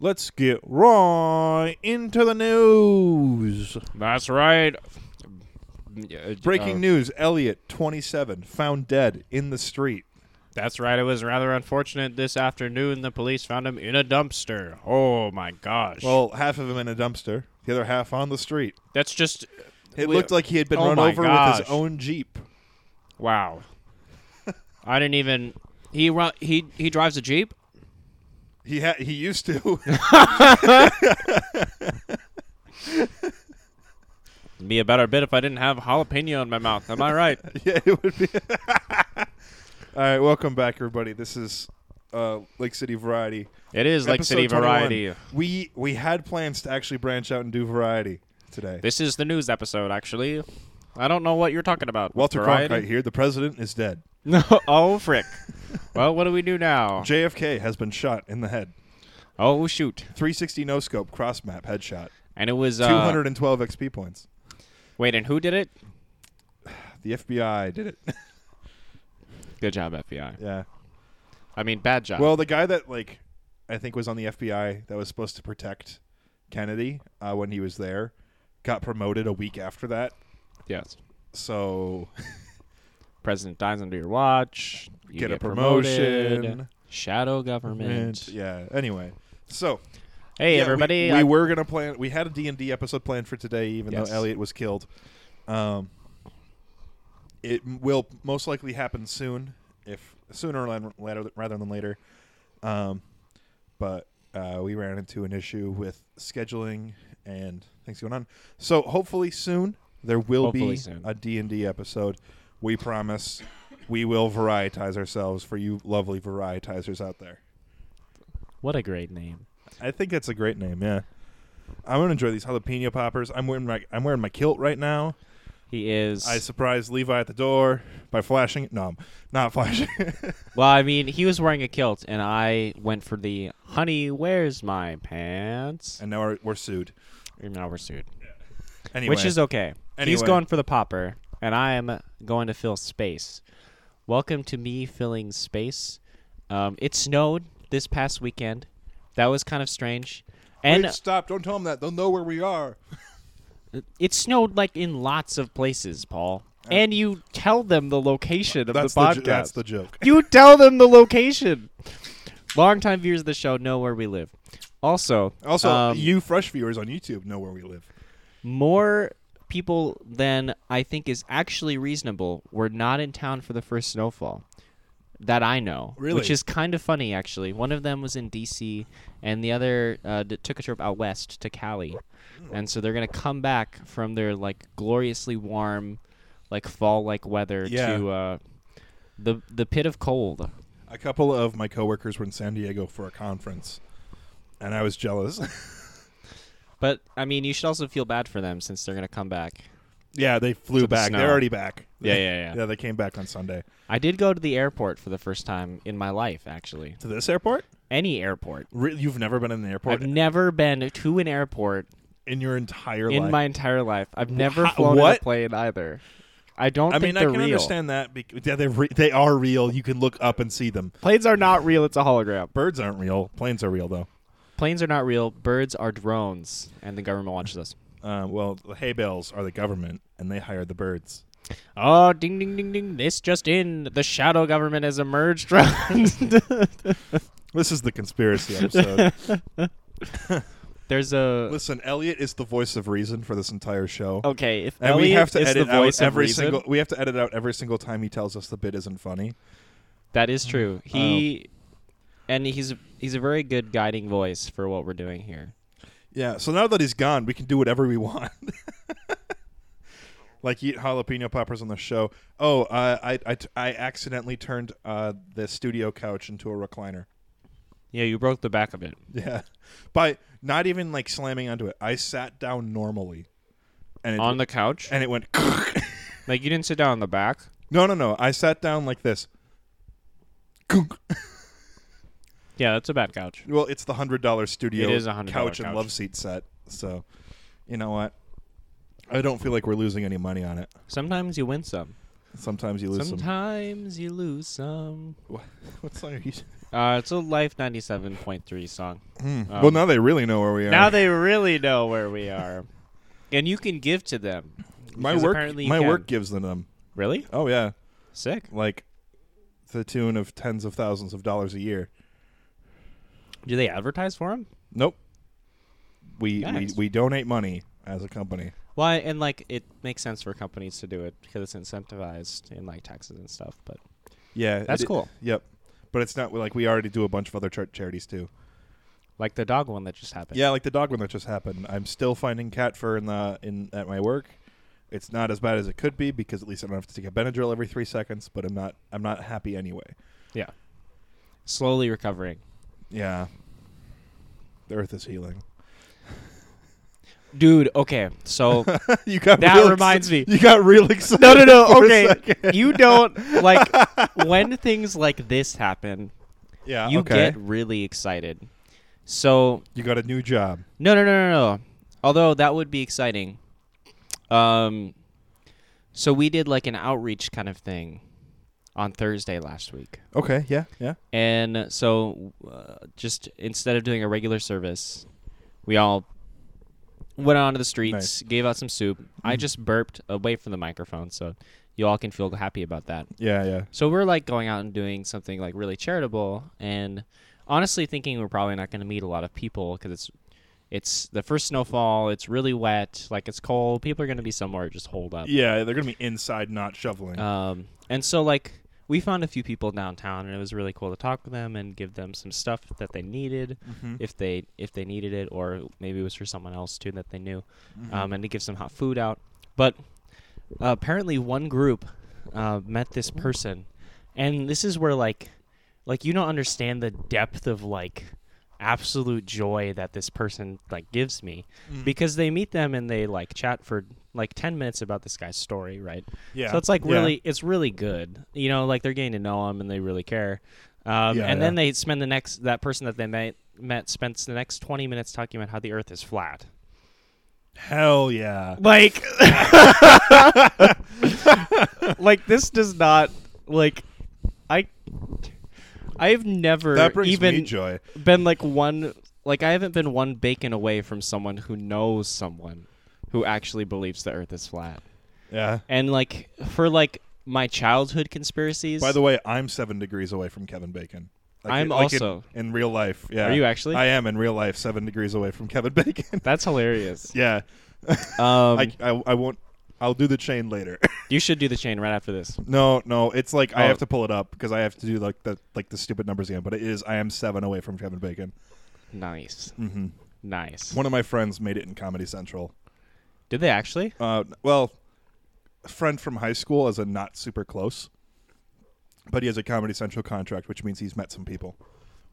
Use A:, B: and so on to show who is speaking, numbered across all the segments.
A: Let's get right into the news.
B: That's right. uh,
A: Breaking news Elliot, 27, found dead in the street.
B: That's right. It was rather unfortunate this afternoon. The police found him in a dumpster. Oh my gosh.
A: Well, half of him in a dumpster, the other half on the street.
B: that's just.
A: It
B: we-
A: looked like he had been
B: Oh
A: run
B: my
A: over with
B: gosh.
A: his own Jeep.
B: Wow. I didn't even. He ru- he he drives a jeep.
A: He ha- he used to.
B: It'd be a better bit if I didn't have jalapeno in my mouth. Am I right?
A: yeah, it would be. All right, welcome back, everybody. This is uh, Lake City Variety.
B: It is like
A: Episode
B: City
A: 21.
B: Variety.
A: We we had plans to actually branch out and do variety today.
B: This is the news episode, actually. I don't know what you're talking about.
A: Walter Cronkite
B: Variety?
A: here. The president is dead.
B: No. Oh, frick. well, what do we do now?
A: JFK has been shot in the head.
B: Oh, shoot.
A: 360 no scope cross map headshot.
B: And it was. Uh,
A: 212 XP points.
B: Wait, and who did it?
A: The FBI did it.
B: Good job, FBI.
A: yeah.
B: I mean, bad job.
A: Well, the guy that like I think was on the FBI that was supposed to protect Kennedy uh, when he was there got promoted a week after that.
B: yes.
A: So
B: President dies under your watch. You
A: Get
B: get,
A: a
B: promoted.
A: promotion.
B: Shadow government.
A: yeah. Anyway, so
B: Hey,
A: yeah, we-
B: everybody.
A: we,
B: I-
A: were gonna plan. We had a D and D episode planned for today, even
B: Yes.
A: though Elliot was killed. Um, it m- will most likely happen soon, if sooner or later, rather than later. Um, but uh, we ran into an issue with scheduling and things going on. So hopefully soon there will be
B: Hopefully soon.
A: a D and D episode. We promise we will varietize ourselves for you lovely varietizers out there.
B: what a great name.
A: I think that's a great name. Yeah, I'm gonna enjoy these jalapeno poppers. I'm wearing my I'm wearing my kilt right now.
B: He is.
A: I surprised Levi at the door by flashing. No, I'm not flashing.
B: well, I mean, he was wearing a kilt, and I went for the honey, where's my pants?
A: and now we're, we're sued.
B: And now we're sued.
A: Anyway,
B: Which is okay. He's
A: Anyway.
B: going for the popper, and I am going to fill space. Welcome to me filling space. Um, it snowed this past weekend. That was kind of strange. And uh,
A: Wait, stop! Don't tell them that. They'll know where we are.
B: it snowed like in lots of places, Paul. And you tell them the location of
A: Uh, That's
B: the
A: the,
B: podcast.
A: jo- that's the joke.
B: you tell them the location. Longtime viewers of the show know where we live. Also,
A: Also,
B: um,
A: you fresh viewers on YouTube know where we live.
B: more people than I think is actually reasonable were not in town for the first snowfall that I know.
A: Really?
B: Which is kind of funny, actually. One of them was in D.C., and the other uh, d- took a trip out west to Cali.
A: Hmm.
B: And so they're going to come back from their, like, gloriously warm, like, fall like weather
A: Yeah.
B: to uh, the, the pit of cold.
A: A couple of my coworkers were in San Diego for a conference, and I was jealous.
B: But, I mean, you should also feel bad for them since they're going to come back.
A: yeah, they flew
B: To the
A: back.
B: snow.
A: They're already back.
B: Yeah, yeah, yeah.
A: Yeah, they came back on Sunday
B: I did go to the airport for the first time in my life, actually.
A: to this airport.
B: Any airport.
A: Re- you've never been in the airport
B: I've never been to an airport
A: in your entire
B: in
A: life.
B: my entire life. I've never
A: Wha-
B: flown in
A: what?
B: a plane either. I don't
A: I
B: think
A: mean, I
B: they're
A: can
B: real.
A: understand that. Because, yeah, they're re- they are real. You can look up and see them.
B: Planes are not real. It's a hologram.
A: Birds aren't real. Planes are real, though.
B: Planes are not real. Birds are drones, and the government watches us.
A: Uh, well, the hay bales are the government, and they hire the birds.
B: Oh, ding, ding, ding, ding. This just in. The shadow government has emerged. from-
A: This is the conspiracy episode.
B: There's a.
A: Listen, Elliot is the voice of reason for this entire show,
B: Okay, if
A: and
B: Oh, Elliot
A: we have to
B: is
A: edit
B: the voice
A: out
B: of
A: every
B: reason-
A: single. We have to edit out every single time he tells us the bit isn't funny.
B: That is true.
A: Oh.
B: He. And he's he's a very good guiding voice for what we're doing here.
A: Yeah. So now that he's gone, we can do whatever we want. like eat jalapeno poppers on the show. Oh, uh, I, I I accidentally turned uh, the studio couch into a recliner.
B: Yeah, you broke the back of it.
A: Yeah. By not even like slamming onto it. I sat down normally. And it,
B: On the couch?
A: and it went
B: Like, you didn't sit down on the back?
A: No, no, no. I sat down like this.
B: Yeah, that's a bad couch.
A: Well, it's the $100 studio
B: It is a $100
A: couch, and
B: couch.
A: love seat set. So, you know what? I don't feel like we're losing any money on it.
B: Sometimes you win some.
A: Sometimes you lose some.
B: Sometimes you lose some.
A: What, what song are you
B: Uh, it's a Life 97.3 song.
A: Hmm.
B: Um,
A: well, now they really know where we are.
B: Now they really know where we are. and you can give to them.
A: my
B: because
A: work,
B: apparently you
A: my
B: can.
A: work gives them them.
B: Really?
A: Oh yeah,
B: Sick.
A: like to the tune of tens of thousands of dollars a year.
B: Do they advertise for them?
A: Nope. We
B: Nice.
A: we, we donate money as a company.
B: Why? and like it makes sense for companies to do it because it's incentivized in like taxes and stuff. But
A: Yeah,
B: That's
A: it-
B: cool.
A: Yep. But it's not like we already do a bunch of other char- charities too.
B: like the dog one that just happened.
A: Yeah, like the dog one that just happened. I'm still finding cat fur in the in at my work. It's not as bad as it could be because at least I don't have to take a Benadryl every three seconds. But I'm not I'm not happy anyway.
B: Yeah. Slowly recovering.
A: Yeah. The Earth is healing.
B: Dude, okay. So
A: you got
B: That
A: real
B: reminds me.
A: You got real excited.
B: No, no, no.
A: for a
B: Okay.
A: second.
B: You don't like when things like this happen,
A: Yeah.
B: you
A: okay.
B: get really excited. So,
A: you got a new job.
B: no, no, no, no, no. Although that would be exciting. Um so we did like an outreach kind of thing on Thursday last week.
A: Okay. Yeah. Yeah.
B: And so, uh, just instead of doing a regular service, we all went onto the streets,
A: Nice. Mm-hmm.
B: gave out some soup. I just burped away from the microphone, so you all can feel happy about that.
A: Yeah. Yeah.
B: So we're like going out and doing something like really charitable, and honestly thinking we're probably not going to meet a lot of people because it's it's the first snowfall. It's really wet, like it's cold. People are going to be somewhere just holed up.
A: Yeah. They're gonna be inside, not shoveling.
B: Um, and so like we found a few people downtown, and it was really cool to talk with them and give them some stuff that they needed,
A: Mhm.
B: if they if they needed it, or maybe it was for someone else too that they knew, um, and to give some hot food out. But uh, apparently, one group uh, met this
A: Oh.
B: person, and this is where like like you don't understand the depth of like absolute joy that this person like gives me
A: Mm.
B: because they meet them and they like chat for like 10 minutes about this guy's story right
A: Yeah.
B: so it's like
A: Yeah.
B: really, it's really good. You know, like they're getting to know him and they really care. Um,
A: Yeah,
B: and then
A: yeah.
B: they spend the next that person that they met met spends the next twenty minutes talking about how the Earth is flat.
A: Hell yeah.
B: Like, like this does not like I. I've never
A: That brings me
B: even
A: joy.
B: been like one like I haven't been one bacon away from someone who knows someone who actually believes the Earth is flat.
A: Yeah.
B: And like for like my childhood conspiracies.
A: By the way, I'm seven degrees away from Kevin Bacon.
B: I'm
A: like in-
B: also-
A: in, real life. Yeah.
B: Are you actually?
A: I am in real life, seven degrees away from Kevin Bacon.
B: that's hilarious.
A: yeah.
B: Um,
A: I, I I won't. I'll do the chain later.
B: you should do the chain right after this.
A: no, no. It's like I
B: Oh.
A: have to pull it up because I have to do like the like the stupid numbers again. But it is I am seven away from Kevin Bacon.
B: Nice,
A: hmm
B: nice.
A: One of my friends made it in Comedy Central.
B: Did they actually?
A: Uh, well, a friend from high school is a not super close, but he has a Comedy Central contract, which means he's met some people,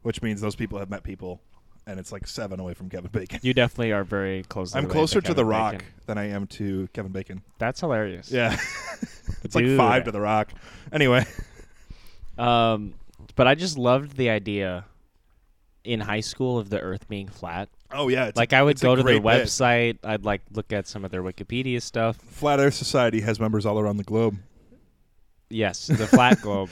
A: which means those people have met people, and it's like seven away from Kevin Bacon.
B: You definitely are very close.
A: I'm closer to The Rock than I am to Kevin Bacon.
B: That's hilarious.
A: Yeah, it's
B: Dude.
A: like five to The Rock. Anyway,
B: Um, but I just loved the idea in high school of the Earth being flat.
A: oh yeah, it's
B: Like
A: a,
B: I would
A: it's a
B: go to their
A: great bit.
B: website. I'd like look at some of their Wikipedia stuff.
A: Flat Earth Society has members all around the globe.
B: Yes, the flat globe.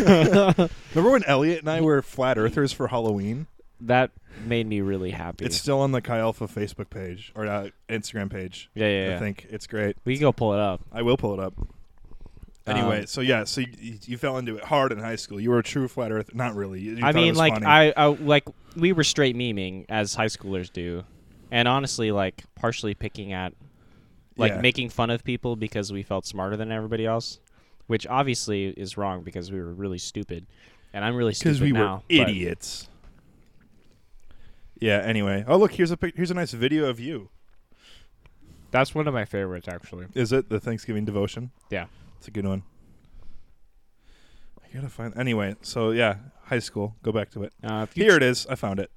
A: Remember when Elliot and I were flat earthers for Halloween?
B: That made me really happy.
A: It's still on the Chi Alpha Facebook page or uh, Instagram page.
B: yeah, yeah,
A: I
B: yeah.
A: think it's great.
B: We can go pull it up.
A: I will pull it up. Anyway,
B: Um,
A: so yeah, so you, you fell into it hard in high school. You were a true flat earther. Not really. You, you
B: I
A: thought it
B: mean,
A: was
B: like
A: funny.
B: I, I, like we were straight memeing as high schoolers do, and honestly, like partially picking at, like
A: Yeah.
B: making fun of people because we felt smarter than everybody else, which obviously is wrong because we were really stupid, and I'm really stupid
A: because we
B: now.
A: were
B: but-
A: idiots. Yeah. Anyway, oh look, here's a pic- here's a nice video of you.
B: That's one of my favorites, actually.
A: Is it the Thanksgiving devotion?
B: Yeah.
A: It's a good one. I gotta find. Anyway, so yeah, high school. Go back to it.
B: Uh, if you
A: Here it is. I found it.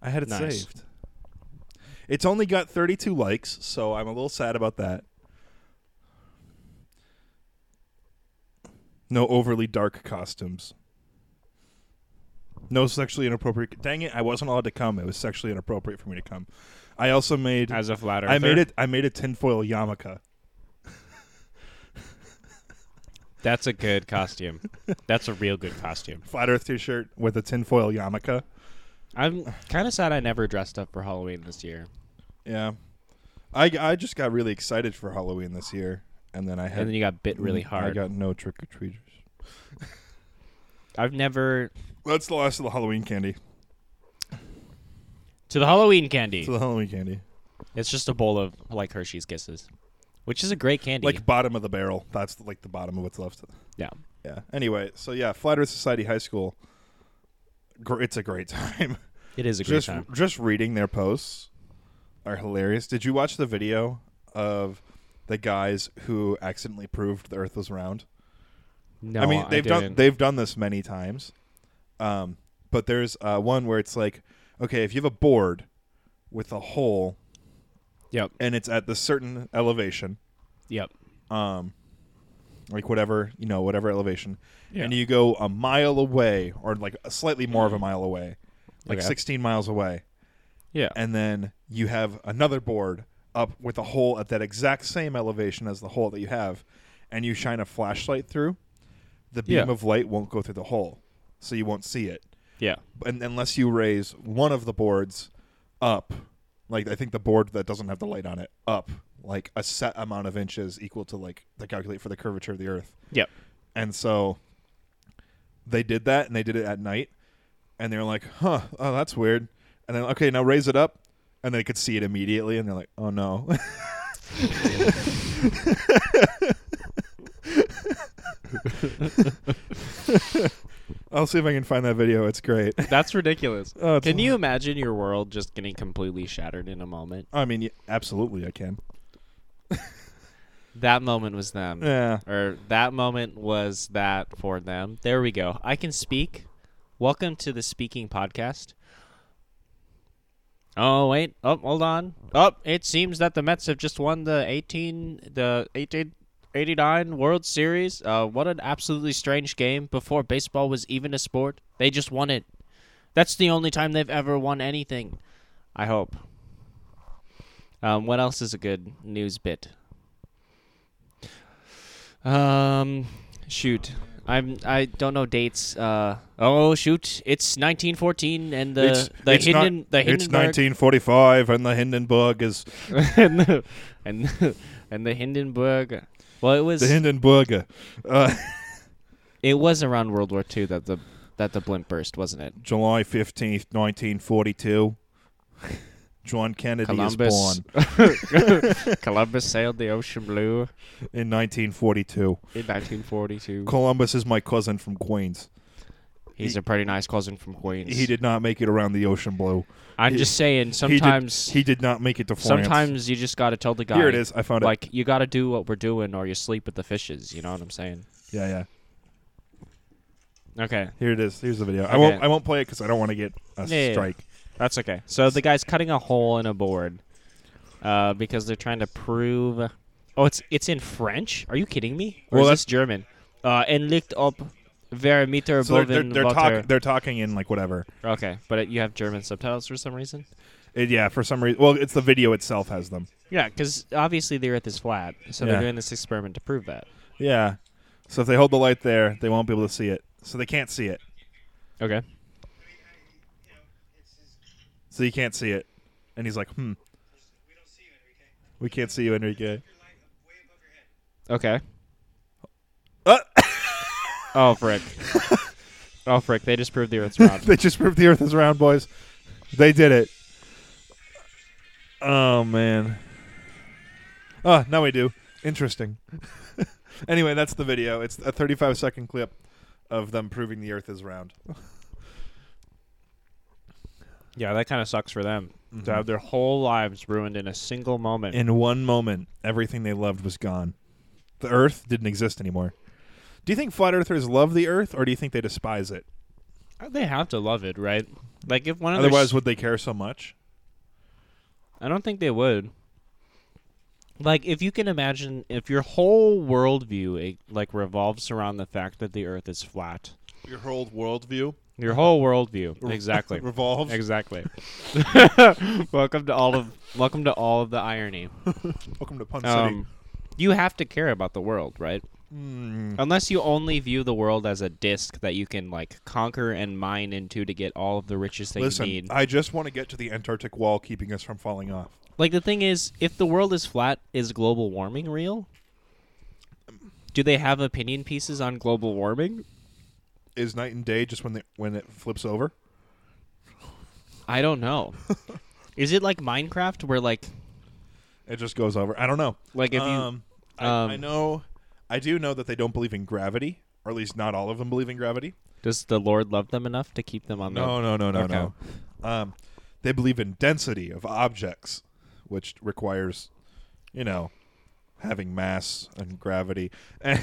A: I had it
B: Nice.
A: saved. It's only got 32 likes, so I'm a little sad about that. No overly dark costumes. No sexually inappropriate. Dang it! I wasn't allowed to come. It was sexually inappropriate for me to come. I also made.
B: as a flat
A: I made it. I made a tinfoil yarmulke.
B: That's a good costume. That's a real good costume.
A: Flat Earth T-shirt with a tinfoil yarmulke.
B: I'm kind of sad I never dressed up for Halloween this year.
A: Yeah, I, I just got really excited for Halloween this year, and then I had
B: And then you got bit really
A: Mm, I
B: hard.
A: got no trick or treaters.
B: I've never
A: That's the last of the Halloween candy.
B: to the Halloween candy.
A: To the Halloween candy,
B: It's just a bowl of like Hershey's Kisses, which is a great candy.
A: like bottom of the barrel. That's like the bottom of what's left.
B: yeah,
A: Yeah. Anyway, so yeah, Flat Earth Society High School. Gr- it's a great time.
B: it is a great
A: just
B: time.
A: just reading their posts are hilarious. Did you watch the video of the guys who accidentally proved the Earth was round?
B: No,
A: I mean, they've done
B: didn't.
A: they've done this many times, um, but there's uh, one where it's like, okay, if you have a board with a hole
B: Yep,
A: and it's at the certain elevation,
B: yep.
A: um, like whatever you know, whatever elevation,
B: Yeah. Mm-hmm.
A: and you go a mile away or like slightly more of a mile away, like
B: Okay.
A: 16 miles away,
B: Yeah,
A: and then you have another board up with a hole at that exact same elevation as the hole that you have, and you shine a flashlight through, the beam
B: Yeah.
A: of light won't go through the hole, so you won't see it,
B: yeah,
A: and unless you raise one of the boards up, like I think the board that doesn't have the light on it up, like a set amount of inches equal to like the calculate for the curvature of the Earth,
B: yep.
A: and so they did that and they did it at night and they were like, huh, oh that's weird. And then okay, now raise it up and they could see it immediately and they're like, oh no. I'll see if I can find that video. It's great.
B: That's ridiculous.
A: Oh, it's
B: Can you imagine your world just getting completely shattered in a moment?
A: I mean, yeah, absolutely I can.
B: That moment was them.
A: Yeah.
B: or that moment was that for them. There we go. I can speak. Welcome to the speaking podcast. Oh wait. Oh, hold on. Oh, it seems that the Mets have just won the 18 the 1889 World Series. Uh what an absolutely strange game before baseball was even a sport. They just won it. That's the only time they've ever won anything. I hope. Um, what else is a good news bit? Um, shoot, I'm I don't know dates. Uh, oh shoot, it's 1914 and the the Hinden
A: not-
B: the
A: it's
B: Hindenburg
A: 1945 and the Hindenburg is
B: and the, and the, and the Hindenburg. Well, it was
A: the Hindenburger. Uh,
B: it was around World War II that the that the blimp burst, wasn't it?
A: July 15th, 1942. John Kennedy is
B: Columbus
A: born
B: Columbus sailed the ocean blue
A: in 1942.
B: in 1942.
A: Columbus is my cousin from Queens.
B: He's
A: He-
B: a pretty nice cousin from Queens.
A: He did not make it around the ocean blue.
B: I'm
A: he-
B: just saying,
A: He did-
B: sometimes
A: he did, not make it to France.
B: sometimes you just got to tell the guy.
A: here it is. I found
B: Like you got to do what we're doing, or you sleep with the fishes. You know what I'm saying?
A: it. Yeah, yeah.
B: Okay,
A: Here it is. Here's the video. I
B: Okay.
A: won't. I won't play it because I don't want to get a
B: Yeah, yeah, yeah.
A: strike.
B: that's okay. So the guy's cutting a hole in a board, uh, because they're trying to prove. Oh, it's it's in French. Are you kidding me? Or
A: Well,
B: is
A: that's-
B: this German? Uh, and licked up Vermeter
A: So they're, they're,
B: boven
A: they're,
B: water.
A: talk, they're talking in like whatever.
B: Okay, but it, you have German subtitles for some reason.
A: It, yeah, for some reason. Well, it's the video itself has them.
B: Yeah, because obviously they're at this flat, so
A: Yeah.
B: they're doing this experiment to prove that.
A: Yeah. So if they hold the light there, they won't be able to see it. So they can't see it.
B: Okay.
A: So you can't see it. And he's like, hmm,
C: We don't see you, Enrique.
A: we can't see you, Enrique.
C: Your light up way above your head.
B: Okay.
A: Uh,
B: Oh frick. oh frick. They just proved the Earth's round.
A: they just proved the Earth is round, boys. They did it. Oh man. Oh, now we do. Interesting. anyway, that's the video. It's a 35 second clip of them proving the Earth is round.
B: yeah, that kind of sucks for them to have their whole lives ruined in a single moment.
A: In one moment, everything they loved was gone. The Earth didn't exist anymore. Do you think flat earthers love the Earth, or do you think they despise it?
B: they have to love it, right? Like if one of
A: Otherwise,
B: their,
A: would they care so much?
B: I don't think they would. Like if you can imagine, if your whole worldview it, like revolves around the fact that the Earth is flat,
A: Your whole worldview
B: your whole worldview exactly.
A: revolves.
B: Exactly. welcome to all of welcome to all of the irony.
A: Welcome to Pun City.
B: Um, you have to care about the world, right?
A: Mm,
B: Unless you only view the world as a disc that you can like conquer and mine into to get all of the riches that you
A: listen,
B: need.
A: I just want to get to the Antarctic wall keeping us from falling off.
B: like the thing is, if the world is flat, is global warming real? Do they have opinion pieces on global warming?
A: Is night and day just when the, when it flips over?
B: I don't know. is it like Minecraft where like
A: It just goes over. I don't know.
B: Like, if you-
A: um, I,
B: um,
A: I know, I do know that they don't believe in gravity, or at least not all of them believe in gravity.
B: does the Lord love them enough to keep them on the
A: No, no, no, no,
B: Okay.
A: no. Um, they believe in density of objects, which requires, you know, having mass and gravity. yeah,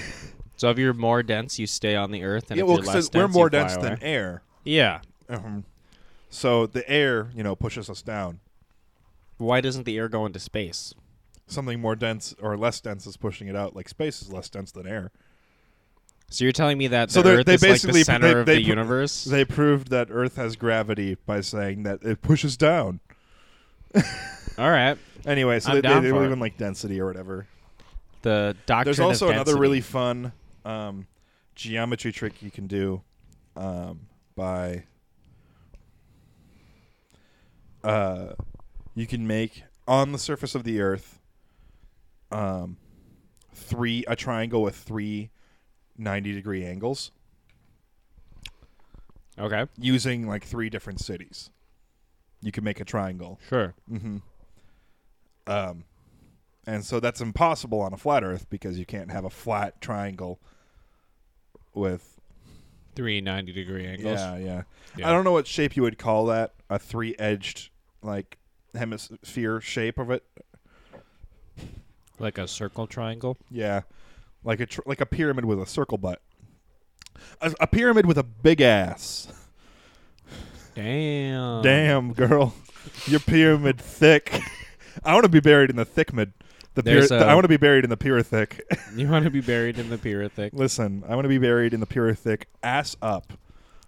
B: So if you're more dense, you stay on the earth, and if
A: well,
B: you're
A: 'cause
B: less dense,
A: we're
B: you
A: more
B: fly
A: dense
B: away.
A: than air,
B: Yeah.
A: um, so the air, you know, pushes us down.
B: Why doesn't the air go into space?
A: Something more dense or less dense is pushing it out. Like space is less dense than air.
B: So you're telling me that
A: So
B: the
A: they're-
B: Earth
A: they
B: is like
A: basically-
B: the center
A: they-
B: of
A: they
B: the
A: put-
B: universe?
A: They proved that Earth has gravity by saying that it pushes down.
B: All right.
A: Anyway, so
B: I'm
A: they, they,
B: down
A: they
B: for
A: believe
B: it.
A: in like density or whatever.
B: The doctrine.
A: There's
B: of
A: also another
B: density.
A: really fun um, geometry trick you can do um, by uh, you can make on the surface of the Earth um, three a triangle with three 90 degree angles
B: okay.
A: using like three different cities. You can make a triangle.
B: Sure.
A: Mm-hmm. Um, and so that's impossible on a flat Earth because you can't have a flat triangle with
B: Three ninety degree angles.
A: yeah, yeah,
B: Yeah.
A: I don't know what shape you would call that. A three-edged like hemisphere shape of it.
B: Like a circle triangle.
A: Yeah, like a tr- like a pyramid with a circle butt. A, a pyramid with a big ass.
B: Damn.
A: Damn girl, your pyramid thick. I want to be buried in the thick mid. The pure,
B: There's uh, a-
A: I want to be buried in the pure thick.
B: You want to be buried in the Pyrithic.
A: Listen, I want to be buried in the pure thick, ass up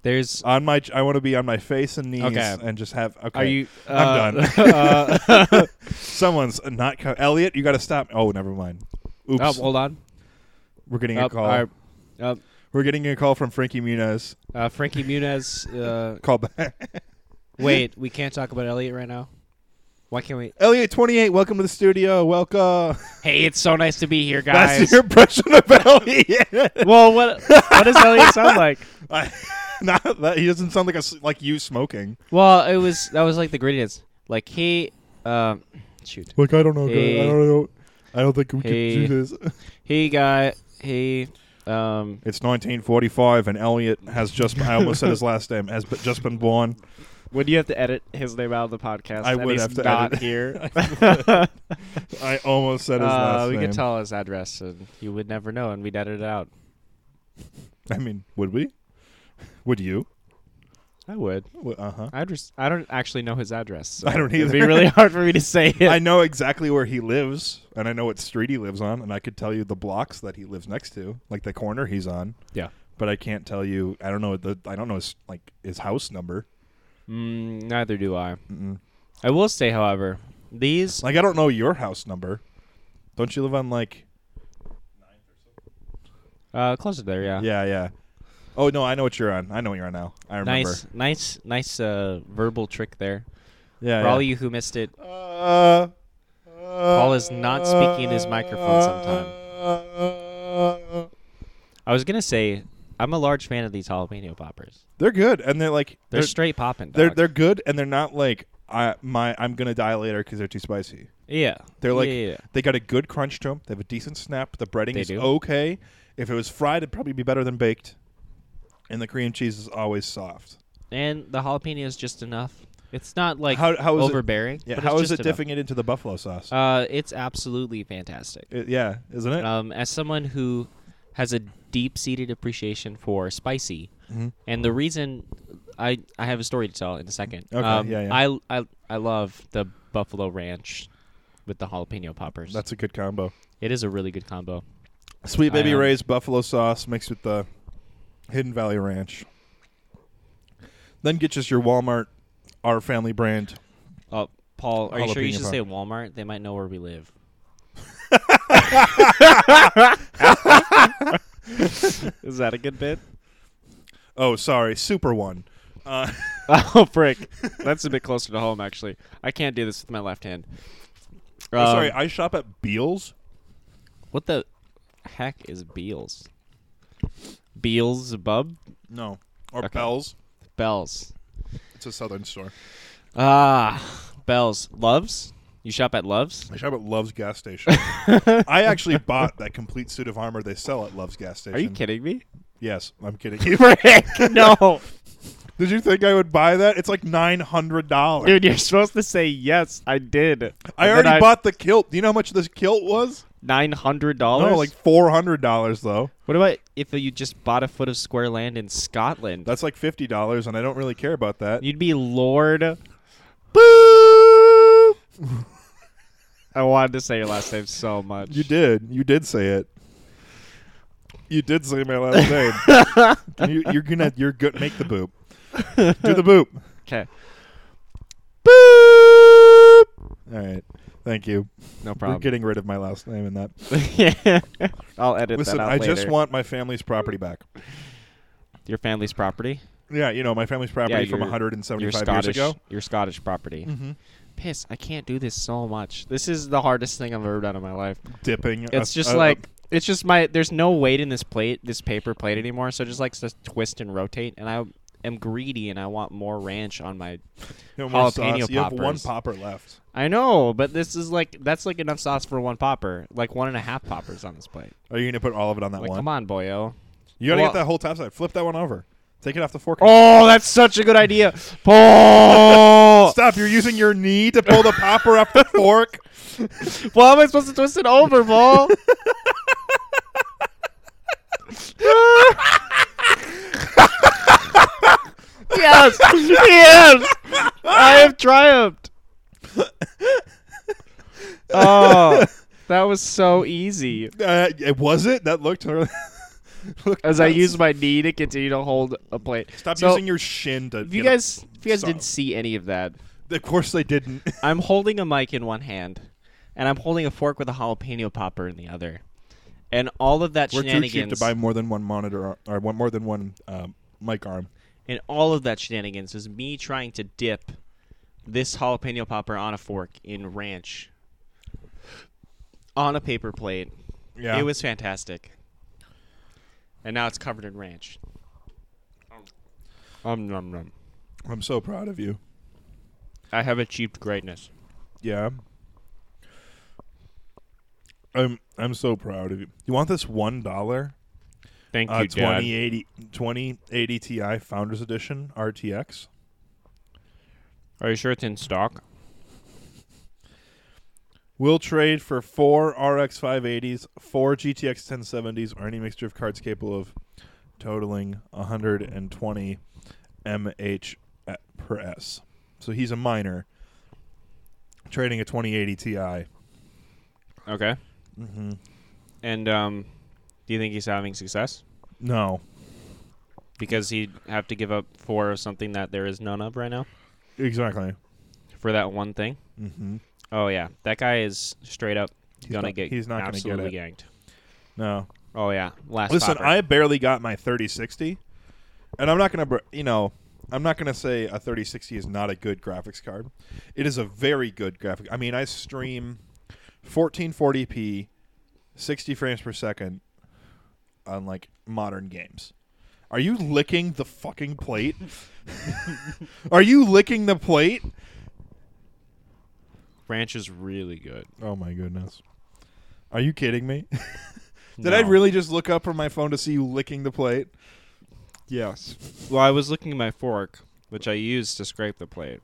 B: There's.
A: on my. I want to be on my face and knees
B: Okay.
A: and just have. Okay,
B: Are you?
A: I'm
B: uh,
A: done.
B: uh,
A: Someone's not co- Elliot. You got to stop. Oh, never mind. Oops,
B: oh, hold on.
A: we're getting a
B: Up,
A: call.
B: our- up.
A: We're getting a call from Frankie Muniz.
B: Uh, Frankie Muniz. Uh,
A: Call back.
B: wait, we can't talk about Elliot right now. Why can't we?
A: Elliot, twenty eight. Welcome to the studio. Welcome.
B: Hey, it's so nice to be here, guys.
A: That's your impression of Elliot.
B: well, what what does Elliot sound like?
A: I- not that he doesn't sound like a s like you smoking.
B: Well, it was that was like the grittiness. Like he, um, shoot,
A: Like I don't know.
B: guy. I Hey. don't
A: know. I don't think we
B: could do Hey.
A: this.
B: he got he, um,
A: It's 1945, and Elliot has just—I almost said his last name—has just been born.
D: Would you have to edit his name out of the podcast?
A: I
D: and
A: would
D: he's
A: have to
D: not
A: edit.
D: here.
A: I almost said his
B: uh,
A: last
B: we
A: name.
B: could tell his address, and you would never know, and we'd edit it out.
A: I mean, would we? Would you?
B: I would.
A: Uh huh.
B: I just I don't actually know his address. So
A: I don't
B: It'd
A: either.
B: be really hard for me to say it.
A: I know exactly where he lives, and I know what street he lives on, and I could tell you the blocks that he lives next to, like the corner he's on.
B: Yeah.
A: But I can't tell you. I don't know the. I don't know his like his house number.
B: mm, neither do I.
A: Mm-mm.
B: I will say, however, these
A: Like I don't know your house number. Don't you live on like?
B: uh closer there, yeah.
A: Yeah, yeah. Oh no, I know what you're on. I know what you're on now. I remember.
B: Nice, nice, nice uh, verbal trick there.
A: Yeah.
B: For all
A: yeah.
B: you who missed it,
A: Uh,
B: Paul is not speaking in his microphone
A: sometime.
B: I was gonna say I'm a large fan of these jalapeno poppers.
A: They're good, and they're like
B: They're,
A: they're
B: straight popping.
A: they're,
B: dog.
A: they're good, and they're not like I my I'm gonna die later because they're too spicy.
B: yeah.
A: They're like
B: yeah, yeah, yeah.
A: they got a good crunch to them. They have a decent snap. The breading
B: They
A: is
B: do.
A: okay. If it was fried, it'd probably be better than baked. And the cream cheese is always soft.
B: and the jalapeno is just enough. It's not like
A: How- how is it-
B: overbearing.
A: Yeah,
B: but
A: how
B: it's
A: is it
B: just enough.
A: dipping it into the buffalo sauce?
B: Uh, it's absolutely fantastic.
A: It- yeah, isn't it?
B: Um, as someone who has a deep-seated appreciation for spicy,
A: Mhm.
B: and the reason I I have a story to tell in a second.
A: Okay,
B: um,
A: yeah, yeah.
B: I I I love the buffalo ranch with the jalapeno poppers.
A: That's a good combo.
B: it is a really good combo.
A: Sweet Baby
B: I, um,
A: Ray's buffalo sauce mixed with the Hidden Valley Ranch. Then get just your Walmart, our family brand.
B: Oh, Paul, are you sure you
A: Jalapeno
B: should
A: pop-
B: say Walmart? They might know where we live.
D: Is that a good bit?
A: Oh, sorry, Super One. Uh,
D: Oh, frick.
B: That's a bit closer to home, actually. I can't do this with my left hand.
A: I'm
B: Um,
A: Oh, sorry, I shop at Beals.
B: What the heck is Beals? Beelzebub?
A: No, or
B: Okay.
A: Bells.
B: Bells.
A: It's a Southern store.
B: Ah, Bells. Loves? You shop at Loves?
A: I shop at Love's gas station. I actually bought that complete suit of armor they sell at Love's gas station.
B: Are you kidding me?
A: Yes, I'm kidding. You.
B: Frick, no.
A: Did you think I would buy that? It's like nine hundred dollars.
D: Dude, you're supposed to say yes. I did.
A: I
D: And then
A: already bought the kilt. Do you know how much this kilt was?
B: $900?
A: No, like four hundred dollars though.
B: What about if you just bought a foot of square land in Scotland?
A: That's like fifty dollars, and I don't really care about that.
B: You'd be Lord.
A: Boo!
D: I wanted to say your last name so much.
A: You did. You did say it. You did say my last name. Can you, you're gonna. You're good. Make the boop. Do the boop.
B: Okay,
A: Boop. All right. Thank you.
B: no
A: We're
B: problem.
A: getting rid of my last name in that.
D: I'll edit
A: Listen,
D: that out
A: I
D: later.
A: just want my family's property back.
B: Your family's property?
A: Yeah, you know my family's property
B: Yeah,
A: from
B: your- your
A: 175 years
B: Scottish,
A: ago.
B: Your Scottish property.
A: Mhm.
B: Piss, I can't do this so much. This is the hardest thing I've ever done in my life.
A: Uh, Dipping. a-
B: It's just
A: a- a-
B: like it's just my there's no weight in this plate, this paper plate anymore, so it just likes to twist and rotate and I am greedy and I want more ranch on my
A: you know, more
B: jalapeno
A: sauce. You have one
B: poppers.
A: popper left.
B: I know, but this is like that's like enough sauce for one popper, like one and a half poppers on this plate.
A: Are you gonna put all of it on that
B: Like,
A: one?
B: come on, boyo.
A: You gotta
B: Well-
A: get that whole top side. Flip that one over. Take it off the fork.
B: Oh, that's such a good idea, Paul.
A: Stop! You're using your knee to pull the popper off the fork.
B: Well, how am I supposed to twist it over, Paul? yes, yes, I have triumphed. Oh, that was so easy.
A: Uh, it was it that looked. looked
D: As I use my knee to continue to hold a plate.
A: Stop
B: so-
A: using your shin to.
B: If you
A: get a-
B: guys, if you guys
A: So-
B: didn't see any of that,
A: of course they didn't.
B: I'm holding a mic in one hand, and I'm holding a fork with a jalapeno popper in the other, and all of that
A: We're too
B: shenanigans.
A: cheap to buy more than one monitor or, or one more than one um, mic arm.
B: and all of that shenanigans is me trying to dip this jalapeno popper on a fork in ranch on a paper plate.
A: Yeah,
B: It was fantastic. And now it's covered in ranch. Um, nom, nom.
A: I'm so proud of you.
B: I have achieved greatness.
A: Yeah. I'm I'm so proud of you. You want this one dollar?
B: Thank
A: Uh,
B: you, Dad.
A: 2080, 2080 Ti Founders Edition RTX.
B: Are you sure it's in stock?
A: We'll trade for four RX 580s, four GTX 1070s, or any mixture of cards capable of totaling 120 mH at- per S. So he's a miner trading a 2080 Ti.
B: Okay.
A: hmm
B: And um, do you think he's having success?
A: No,
B: Because he'd have to give up for something that there is none of right now
A: exactly.
B: for that one thing.
A: hmm
B: Oh yeah, that guy is straight up
A: He's
B: gonna
A: not-
B: get
A: he's not gonna get
B: absolutely
A: it.
B: ganked.
A: No,
B: Oh yeah, last
A: Listen,
B: popper.
A: I barely got my 3060, and I'm not gonna, br- you know, I'm not gonna say a 3060 is not a good graphics card. It is a very good graphic. I mean, I stream 1440p, 60 frames per second on like modern games. Are you licking the fucking plate? Are you licking the plate?
B: ranch is really good.
A: Oh my goodness. Are you kidding me? Did
B: No.
A: I really just look up from my phone to see you licking the plate?
B: Yes. Well, I was looking at my fork, which I used to scrape the plate.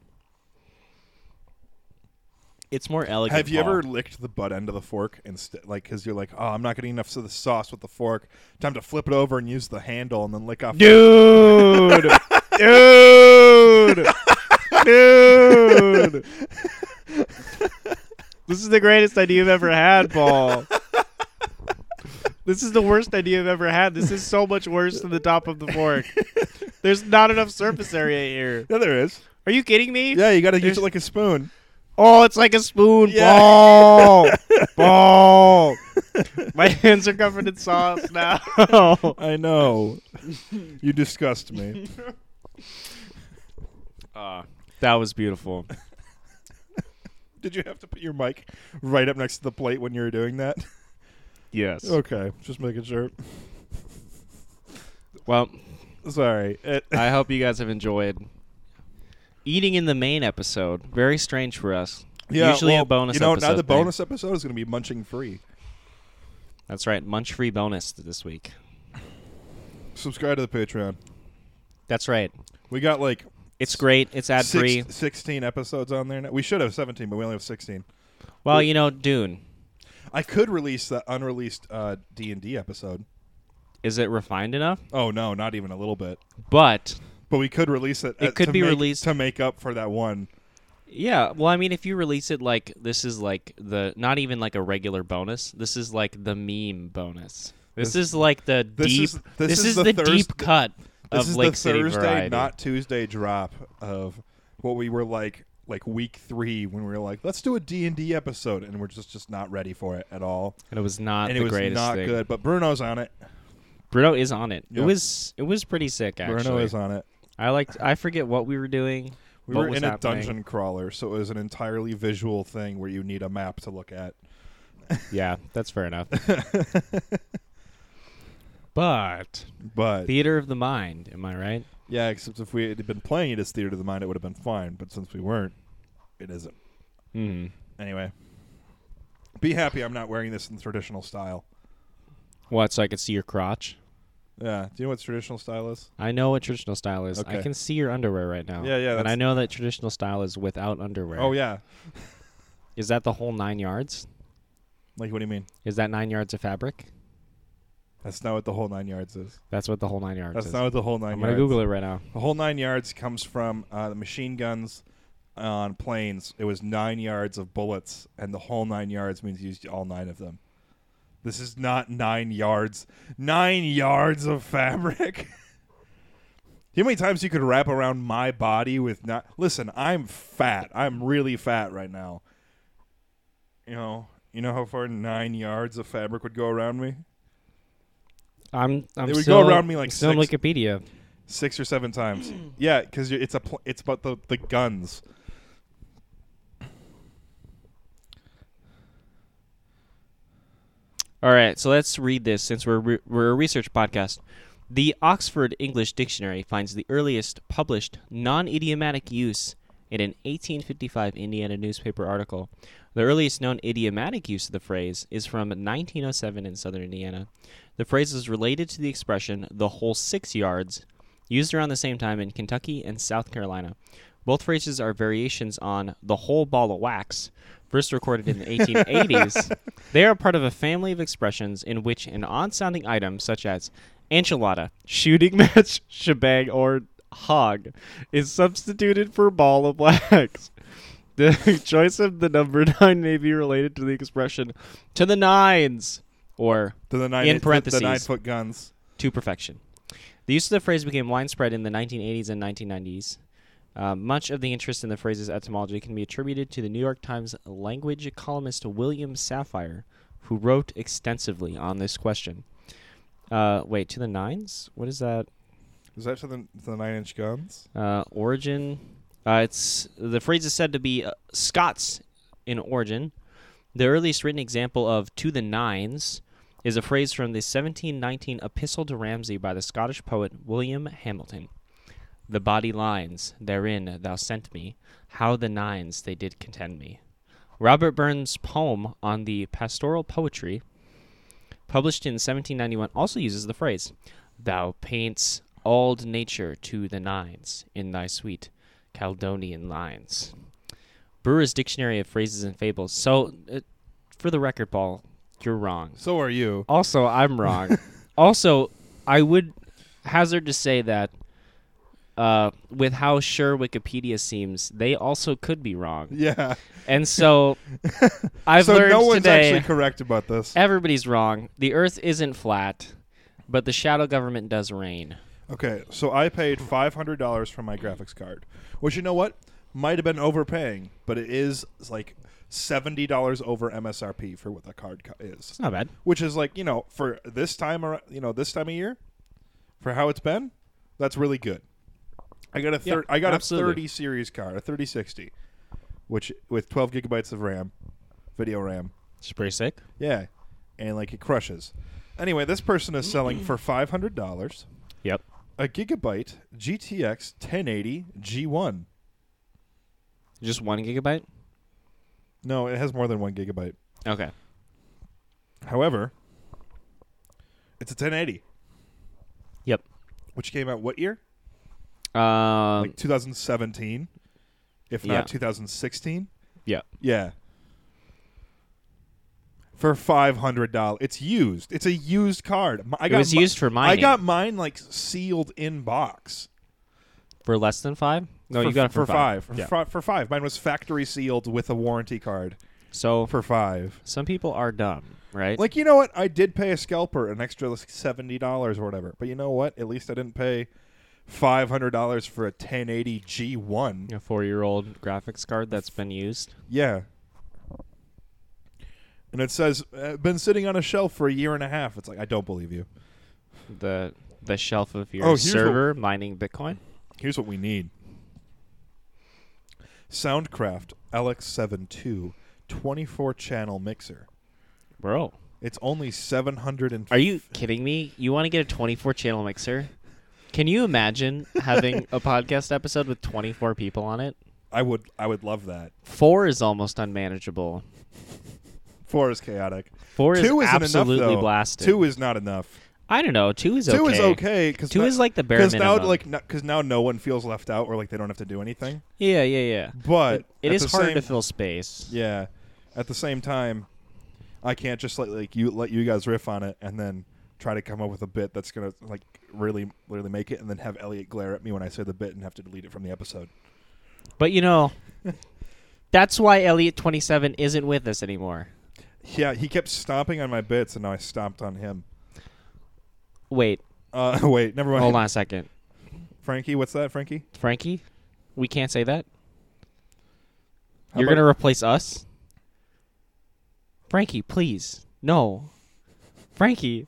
B: It's more elegant.
A: Have you
B: Paul.
A: ever licked the butt end of the fork instead, like, because you're like, oh, I'm not getting enough of the sauce with the fork. Time to flip it over and use the handle and then lick off.
D: Dude! Dude! Dude! This is the greatest idea you've ever had, Paul. This is the worst idea I've ever had. This is so much worse than the top of the fork. There's not enough surface area here.
A: Yeah, there is.
D: Are you kidding me?
A: Yeah, you got to use it like a spoon.
D: Oh, it's like a spoon.
A: Yeah.
D: Ball. Ball. My hands are covered in sauce now.
A: I know. you disgust me.
D: Ah,
B: that was beautiful.
A: Did you have to put your mic right up next to the plate when you were doing that?
B: Yes.
A: Okay, just making sure.
B: Well,
A: Sorry. It,
B: I hope you guys have enjoyed eating in the main episode. Very strange for us. Usually
A: well,
B: a bonus.
A: You know,
B: episode
A: now the
B: thing.
A: bonus episode is going to be munching free.
B: That's right, munch free bonus this week.
A: Subscribe to the Patreon.
B: That's right.
A: We got like
B: It's great. It's ad
A: six-
B: free.
A: 16 episodes on there now. We should have 17, but we only have 16.
B: Well, you know, Dune.
A: I could release the unreleased uh, D&D episode.
B: Is it refined enough?
A: Oh no, not even a little bit.
B: But
A: But we could release it.
B: It
A: uh,
B: could
A: to
B: be
A: make-
B: released-
A: to make up for that one.
B: yeah, well, I mean, if you release it like this is like the not even like a regular bonus. This is like the meme bonus. This, is like the
A: this
B: deep.
A: is- this is
B: the,
A: the Thurs-
B: deep cut
A: This
B: of
A: is
B: Lake
A: the
B: City
A: Thursday,
B: variety.
A: not Tuesday drop of what we were like like week three when we were like, let's do a D and D episode, and we're just just not ready for it at all.
B: and it was not
A: and
B: the
A: it was
B: greatest
A: not
B: thing.
A: good. But Bruno's on it.
B: Bruno is on it. It
A: Yeah.
B: was it was pretty sick actually.
A: Bruno is on it.
B: I liked. I forget what we were doing.
A: We
B: what
A: were
B: was
A: in
B: happening.
A: a dungeon crawler, so it was an entirely visual thing where you need a map to look at.
B: Yeah, that's fair enough. but
A: But
B: theater of the mind, am I right?
A: yeah, except if we had been playing it as Theater of the Mind, it would have been fine. But since we weren't, it isn't.
B: Hmm.
A: Anyway, be happy I'm not wearing this in traditional style.
B: What? So I could see your crotch.
A: Yeah. Do you know what traditional style is?
B: I know what traditional style is. I
A: Okay.
B: can see your underwear right now.
A: Yeah, yeah,
B: And
A: that's-
B: I know that traditional style is without underwear.
A: Oh yeah.
B: Is that the whole nine yards?
A: Like what do you mean?
B: Is that nine yards of fabric?
A: That's not what the whole nine yards is.
B: That's what the whole nine yards
A: That's
B: is.
A: not what the whole 9
B: I'm
A: yards.
B: gonna Google it right now.
A: The whole nine yards comes from uh, the machine guns on planes. It was nine yards of bullets, and the whole nine yards means you used all nine of them. This is not nine yards. Nine yards of fabric. You know how many times you could wrap around my body with not? Listen, I'm fat. I'm really fat right now. You know, you know how far nine yards of fabric would go around me?
B: I'm. I'm
A: It would go
B: still,
A: around me like
B: I'm still on
A: six-
B: Wikipedia.
A: six or seven times. yeah, because it's a pl- it's about the the guns.
B: All right, so let's read this since we're re- we're a research podcast. The Oxford English Dictionary finds the earliest published non-idiomatic use in an 1855 Indiana newspaper article. The earliest known idiomatic use of the phrase is from 1907 in southern Indiana. The phrase is related to the expression "the whole six yards," used around the same time in Kentucky and South Carolina. Both phrases are variations on the whole ball of wax, first recorded in the 1880s. they are part of a family of expressions in which an odd sounding item, such as enchilada, shooting match, shebang, or hog, is substituted for ball of wax. The choice of the number nine may be related to the expression to the nines or
A: To the nine
B: In
A: to
B: parentheses.
A: the nine foot guns.
B: to perfection. The use of the phrase became widespread in the 1980s and 1990s. Uh, much of the interest in the phrase's etymology can be attributed to the New York Times language columnist William Safire, who wrote extensively on this question. Uh, wait, to the nines? What is that?
A: Is that to the, to the nine inch guns?
B: Uh, origin. Uh, it's the phrase is said to be uh, Scots in origin. The earliest written example of "to the nines" is a phrase from the 1719 Epistle to Ramsay by the Scottish poet William Hamilton. The body lines therein thou sent me, how the nines they did contend me. Robert Burns' poem on the pastoral poetry, published in 1791, also uses the phrase, Thou paints old nature to the nines in thy sweet Caledonian lines. Brewer's Dictionary of Phrases and Fables. So, uh, for the record, Paul, you're wrong.
A: So are you.
B: Also, I'm wrong. also, I would hazard to say that uh, with how sure Wikipedia seems, they also could be wrong.
A: Yeah.
B: And so I've
A: so
B: learned
A: no one's
B: today
A: actually correct about this.
B: everybody's wrong. The earth isn't flat, but the shadow government does reign.
A: Okay, so I paid five hundred dollars for my graphics card, which you know what might have been overpaying, but it is like seventy dollars over MSRP for what the card co- is,
B: It's not bad.
A: which is like you know for this time ar- you know this time of year, for how it's been, that's really good. I got a thir- I got a
B: absolutely.
A: thirty series card, a thirty sixty, which with twelve gigabytes of RAM, video RAM,
B: It's pretty sick.
A: yeah, and like it crushes. Anyway, this person is selling for five hundred dollars
B: Yep.
A: a gigabyte GTX 1080 G1.
B: Just one gigabyte.
A: No, it has more than one gigabyte.
B: Okay.
A: However, it's a 1080,
B: Yep.
A: which came out what year?
B: Um.
A: Like 2017, if
B: yeah.
A: not 2016.
B: yeah.
A: Yeah. For five hundred dollars, it's used. It's a used card. M- I got
B: was
A: mi-
B: used for
A: I
B: mining.
A: got mine like sealed in box.
B: For less than five? No,
A: for,
B: you got it for,
A: five. For,
B: Yeah.
A: fi- for five, mine was factory sealed with a warranty card.
B: So
A: For five,
B: some people are dumb, right?
A: Like you know what? I did pay a scalper an extra like, seventy dollars or whatever. But you know what? At least I didn't pay five hundred dollars for a ten eighty G one.
B: a four-year-old graphics card that's been used.
A: Yeah. And it says uh, been sitting on a shelf for a year and a half. It's like I don't believe you.
B: The the shelf of your
A: Oh, here's what-
B: server mining Bitcoin.
A: Here's what we need. Soundcraft LX72 24 channel mixer.
B: Bro,
A: It's only 750.
B: are you kidding me? You want to get a 24-channel mixer? Can you imagine having a podcast episode with 24 people on it?
A: I would I would love that.
B: Four is almost unmanageable.
A: 4 is chaotic.
B: Four is
A: Two isn't
B: absolutely
A: enough, though.
B: blasted.
A: Two is not enough.
B: I don't know. Two is okay.
A: Two is okay because
B: Two is like the bare
A: now,
B: minimum.
A: like, because now no one feels left out or like they don't have to do anything.
B: Yeah, yeah, yeah.
A: But
B: It
A: at
B: is
A: the
B: hard
A: same-
B: to fill space.
A: Yeah, at the same time, I can't just let like you let you guys riff on it and then try to come up with a bit that's gonna like really really make it and then have Elliot glare at me when I say the bit and have to delete it from the episode.
B: But you know, that's why Elliot 27 isn't with us anymore.
A: Yeah, he kept stomping on my bits and now I stomped on him.
B: Wait,
A: Uh, wait, never mind.
B: hold on a second.
A: Frankie. What's that, Frankie?
B: Frankie, we can't say that.
A: How
B: You're
A: about-
B: going to replace us? Frankie, please. No. Frankie.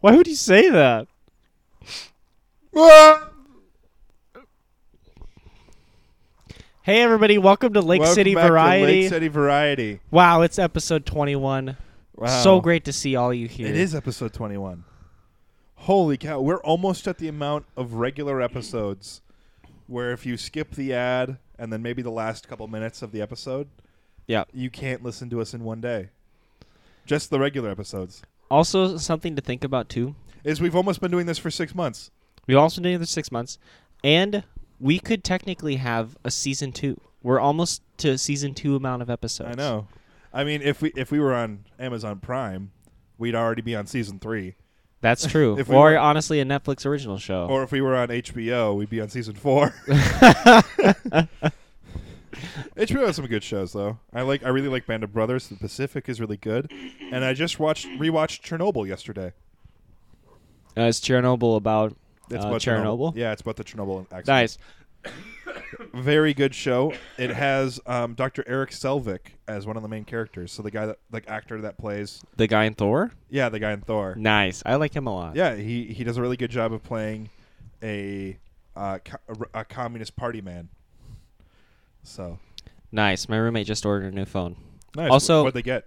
E: Why would you say that?
B: Hey, everybody. Welcome to Lake
A: Welcome
B: City
A: back to
B: Variety.
A: Lake City Variety.
B: Wow, it's episode 21.
A: Wow.
B: So great to see all you here.
A: It is episode 21. Holy cow. We're almost at the amount of regular episodes where if you skip the ad and then maybe the last couple minutes of the episode,
B: Yeah.
A: you can't listen to us in one day. Just the regular episodes.
B: Also, something to think about, too.
A: Is we've almost been doing this for 6 months.
B: We've also been doing this six months, and we could technically have a season two. We're almost to season two amount of episodes.
A: I know. I mean, if we if we were on Amazon Prime, we'd already be on season 3.
B: that's true.
A: If we
B: or
A: were-
B: honestly, a Netflix original show.
A: Or if we were on HBO, we'd be on season 4. HBO has some good shows though. I like I really like Band of Brothers. The Pacific is really good, and I just watched rewatched Chernobyl yesterday.
B: uh, it's Chernobyl about
A: It's
B: uh,
A: about
B: Chernobyl.
A: Yeah, it's about the Chernobyl accident.
B: Nice.
A: Very good show. It has um, Dr. Eric Selvik as one of the main characters. So the guy that like actor that plays
B: The guy in Thor.
A: yeah the guy in Thor.
B: Nice. I like him a lot.
A: Yeah, he he does a really good job of playing a uh, co- a r- a communist party man. So
B: Nice. My roommate just ordered a new phone.
A: nice.
B: Also-
A: what they get?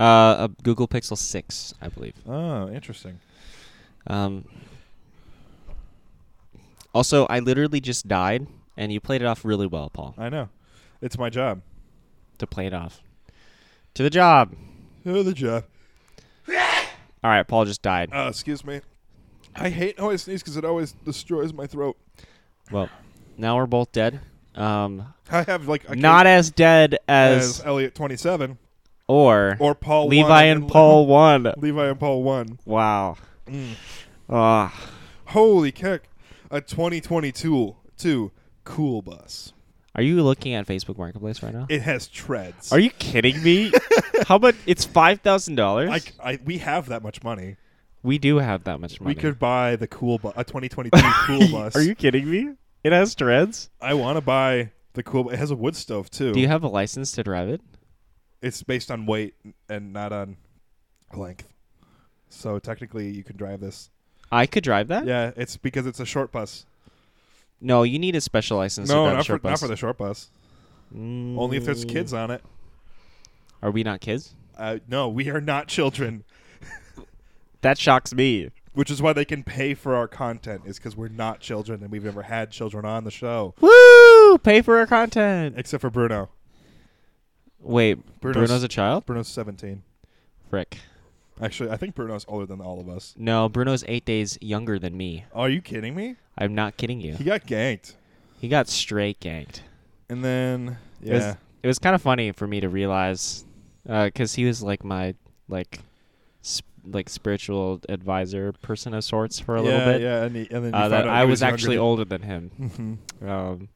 B: Uh, a Google Pixel six, I believe.
A: Oh, interesting.
B: Um. Also, I literally just died, and you played it off really well, Paul.
A: I know. It's my job.
B: To play it off. To the job.
A: Oh, the job.
B: All right, Paul just died.
A: Uh, excuse me. I hate how I sneeze because it always destroys my throat.
B: Well, now we're both dead. Um,
A: I have like a
B: not
A: case
B: as dead
A: as,
B: as,
A: Elliot twenty seven
B: or,
A: or Paul one
B: Levi and Paul one.
A: Levi and Paul one.
B: Wow.
A: Mm.
B: Ah,
A: Holy kick! A twenty twenty two two cool bus.
B: are you looking at Facebook Marketplace right now?
A: It has treads.
E: Are you kidding me? How much? It's five thousand dollars.
A: I, I, we have that much money.
B: we do have that much money.
A: We could buy the cool bus, a 2022 cool bus.
E: Are you kidding me? It has threads.
A: I want to buy the cool. bu- It has a wood stove too.
B: Do you have a license to drive it?
A: it's based on weight and not on length. So technically, you can drive this.
F: I could drive that.
A: Yeah, it's because it's a short bus.
F: No, you need a special license.
A: no,
F: to drive
A: not
F: short
A: for, not
F: bus. Mm.
A: for the short bus. Only if there's kids on it.
F: Are we not kids?
A: Uh, no, we are not children,
B: That shocks me.
A: which is why they can pay for our content. Is because we're not children and we've never had children on the show
F: Woo! Pay for our content.
A: except for Bruno.
F: Wait,
A: Bruno's-
F: Bruno's, a child.
A: Bruno's seventeen.
F: Frick.
A: Actually, I think Bruno's older than all of us.
F: No, Bruno's eight days younger than me.
A: Are you kidding me?
F: I'm not kidding you.
A: He got ganked,
F: He got straight ganked.
A: and then
F: It was,
A: yeah,
F: it was kind of funny for me to realize, because he was like my like, sp- like spiritual advisor person of sorts for a
A: yeah,
F: little bit.
A: yeah, and, he, and then you
F: Uh,
A: found
F: that
A: out
F: I
A: he
F: was,
A: younger
F: actually
A: than-
F: older than him.
D: Mm-hmm.
F: um,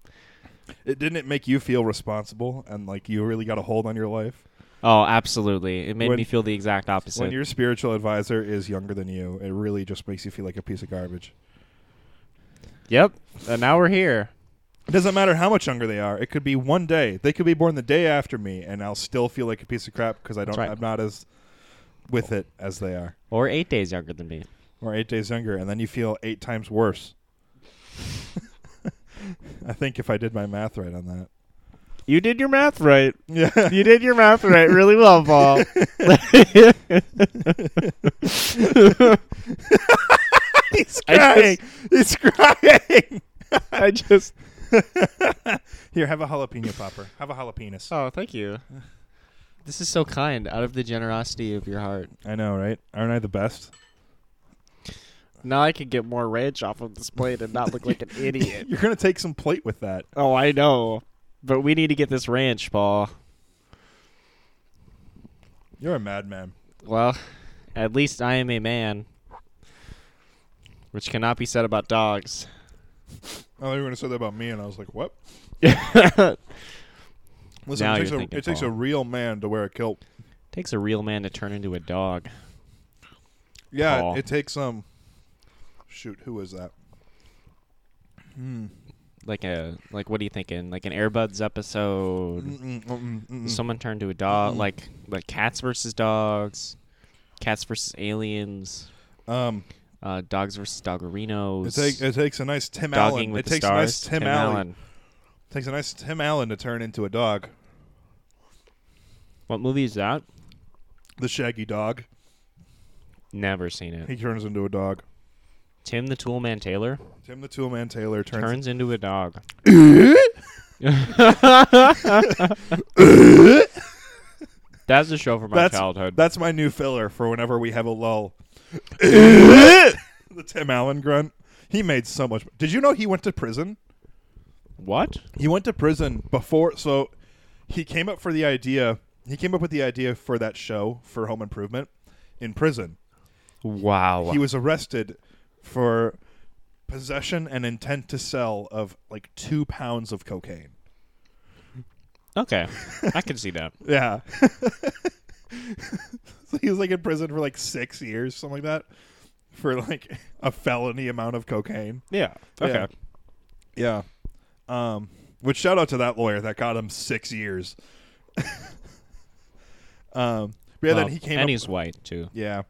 A: It didn't it make you feel responsible and like you really got a hold on your life
F: oh, absolutely. It made
A: When-
F: me feel the exact opposite.
A: when your spiritual advisor is younger than you. It really just makes you feel like a piece of garbage.
B: Yep. And now we're here.
A: It doesn't matter how much younger they are. It could be one day. They could be born the day after me, and I'll still feel like a piece of crap because I don't.
F: right.
A: I'm not as with it as they are,
F: or eight days younger than me.
A: or eight days younger, and then you feel eight times worse. I think if I did my math right on that.
D: You did your math right.
A: Yeah.
D: You did your math right really well, Paul.
A: He's crying. He's crying.
D: I just.
A: Here, have a jalapeno popper. Have a jalapeno.
B: Oh, thank you.
F: This is so kind, out of the generosity of your heart.
A: I know, right? Aren't I the best?
D: Now I can get more ranch off of this plate and not look like an idiot.
A: You're gonna take some plate with that.
B: Oh, I know. But we need to get this ranch, Paul.
A: You're a madman.
B: Well, at least I am a man. Which cannot be said about dogs.
A: Oh, you were gonna say that about me, and I was like, what? Listen,
B: Now
A: it, takes a,
B: you're thinking,
A: it takes a
B: Paul.
A: real man to wear a kilt.
B: Takes a real man to turn into a dog.
A: Yeah,
B: Paul.
A: it, it takes um. Shoot, who is that? Hmm.
B: Like a like what are you thinking? Like an Airbuds episode.
A: Mm-mm, mm-mm, mm-mm.
B: Someone turned to a dog
A: Mm.
B: like like cats versus dogs. Cats versus aliens.
A: um,
B: Uh, dogs versus doggerinos.
A: it, take, it takes a nice Tim
B: dogging
A: Allen.
B: with
A: It
B: the
A: takes a
B: stars.
A: nice Tim, Allen. Takes a nice Tim Allen to turn into a dog.
B: What movie is that?
A: The Shaggy Dog.
B: Never seen it.
A: He turns into a dog.
B: Tim the Toolman Taylor
A: Tim the Toolman Taylor turns.
B: turns into a dog. That's a show from my
A: That's-
B: childhood.
A: That's my new filler for whenever we have a lull. the Tim Allen grunt. He made so much. Did you know he went to prison?
B: what?
A: He went to prison before. So he came up for the idea. He came up with the idea for that show for Home Improvement in prison.
B: Wow.
A: He was arrested for possession and intent to sell of like two pounds of cocaine.
B: okay. I can see that.
A: Yeah. so he was like in prison for like six years, something like that, for like a felony amount of cocaine.
B: Yeah. Okay.
A: Yeah. Yeah. Um, which shout out to that lawyer that got him six years. um, but yeah,
B: Well,
A: then he came.
B: and
A: up,
B: he's white too.
A: yeah,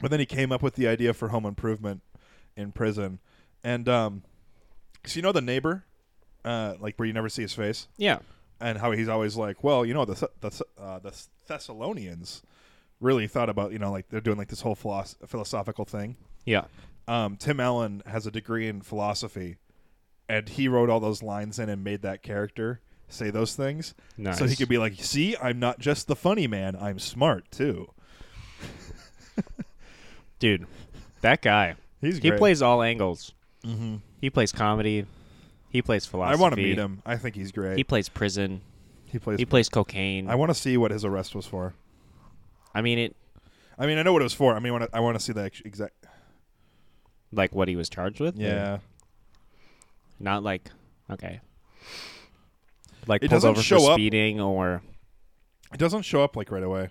A: but then he came up with the idea for home improvement in prison, and um, so you know the neighbor, uh, like where you never see his face
B: Yeah.
A: and how he's always like, well, you know, the Th- the Th- uh, the Thessalonians really thought about, you know, like they're doing like this whole philosoph- philosophical thing.
B: Yeah.
A: Um, Tim Allen has a degree in philosophy, and he wrote all those lines in and made that character say those things, so he
B: Nice.
A: could be like, see, I'm not just the funny man, I'm smart too.
B: Dude, that guy.
A: He's
B: He
A: great. Mm-hmm.
B: plays all angles. He plays comedy. He plays
A: I
B: philosophy.
A: want to meet him. I think he's great.
B: He plays prison.
A: He plays.
B: He plays cocaine.
A: I want to see what his arrest was for.
B: I mean it.
A: I mean, I know what it was for. I mean, I wanna- I want to see the ex- exact.
B: Like what he was charged with.
A: Yeah.
B: Not like okay. Like
A: It
B: pulled
A: doesn't
B: over
A: show
B: for
A: up.
B: speeding or
A: It doesn't show up like right away.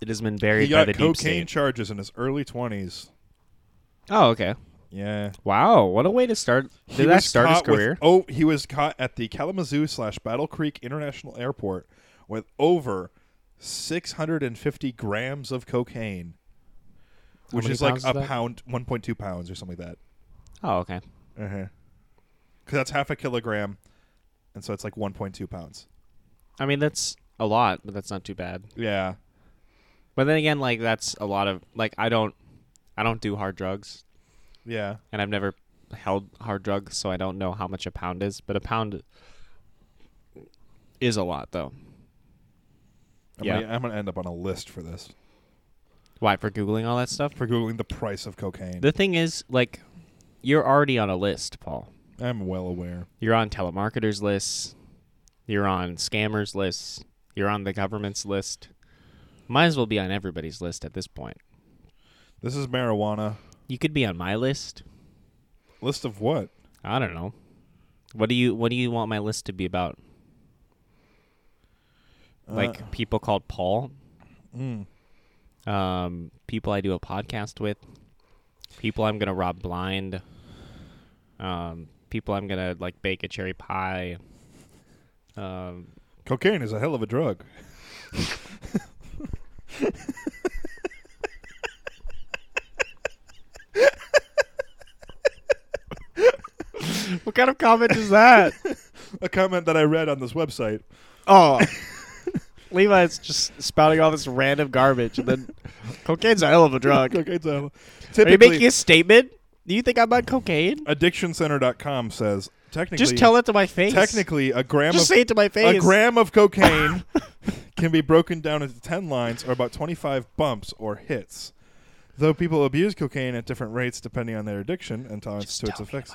B: it has been buried
A: he
B: by
A: got
B: the deep
A: cocaine
B: state.
A: charges in his early 20s
B: Oh, okay.
A: Yeah.
B: Wow, what a way to start! Did that
A: was
B: start his
A: caught with-
B: career?
A: oh, he was caught at the Kalamazoo slash Battle Creek International Airport with over 650 grams of cocaine, which
B: many
A: is like
B: pounds is
A: a
B: that?
A: pound, 1.2 pounds or something like
B: oh, okay.
A: that. Uh huh. Because that's half a kilogram, and so it's like 1.2 pounds.
B: I mean, that's a lot, but that's not too bad.
A: Yeah.
B: But then again, like that's a lot of like I don't, I don't do hard drugs,
A: Yeah.
B: and I've never held hard drugs, so I don't know how much a pound is. But a pound is a lot, though.
A: I'm
B: Yeah.
A: Gonna, I'm gonna end up on a list for this
B: Why for googling all that stuff?
A: for googling the price of cocaine.
B: The thing is, like, you're already on a list, Paul.
A: I'm well aware.
B: You're on telemarketers' lists. You're on scammers' lists. You're on the government's list. Might as well be on everybody's list at this point.
A: This is marijuana.
B: You could be on my list.
A: List of what?
B: I don't know. What do you What do you want my list to be about? Like
A: Uh,
B: people called Paul,
A: mm.
B: um, people I do a podcast with, people I'm gonna rob blind, um, people I'm gonna like bake a cherry pie. Um,
A: cocaine is a hell of a drug.
D: What kind of comment is that?
A: a comment that I read on this website.
D: Oh. Levi's just spouting all this random garbage, and then cocaine's a hell of a drug. Are
A: Cocaine's a-
D: you
A: Typically,
D: making a statement? Do you think I'm on cocaine?
A: addictioncenter.com says technically
D: Just tell it to my face.
A: technically a gram
D: just
A: of
D: say it to my face.
A: a gram of cocaine can be broken down into 10 lines or about 25 bumps or hits. Though people abuse cocaine at different rates depending on their addiction and tolerance to its effects.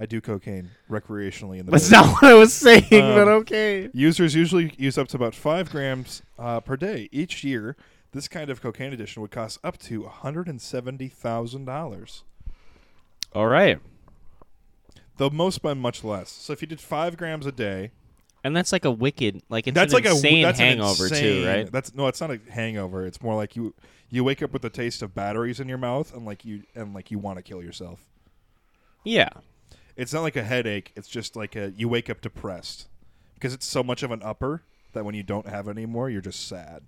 A: I do cocaine recreationally in the
D: That's
A: desert.
D: not what I was saying, but
A: Um,
D: okay.
A: Users usually use up to about five grams uh, per day each year. This kind of cocaine addiction would cost up to $170,000.
B: all right,
A: They'll most spend much less. So if you did five grams a day,
B: and that's like a wicked like it's
A: that's
B: an
A: like
B: insane
A: a that's an
B: hangover
A: insane-
B: too, right?
A: That's no, it's not a hangover. It's more like you you wake up with the taste of batteries in your mouth and like you and like you want to kill yourself.
B: yeah,
A: It's not like a headache. It's just like a you wake up depressed because it's so much of an upper that when you don't have it anymore, you're just sad.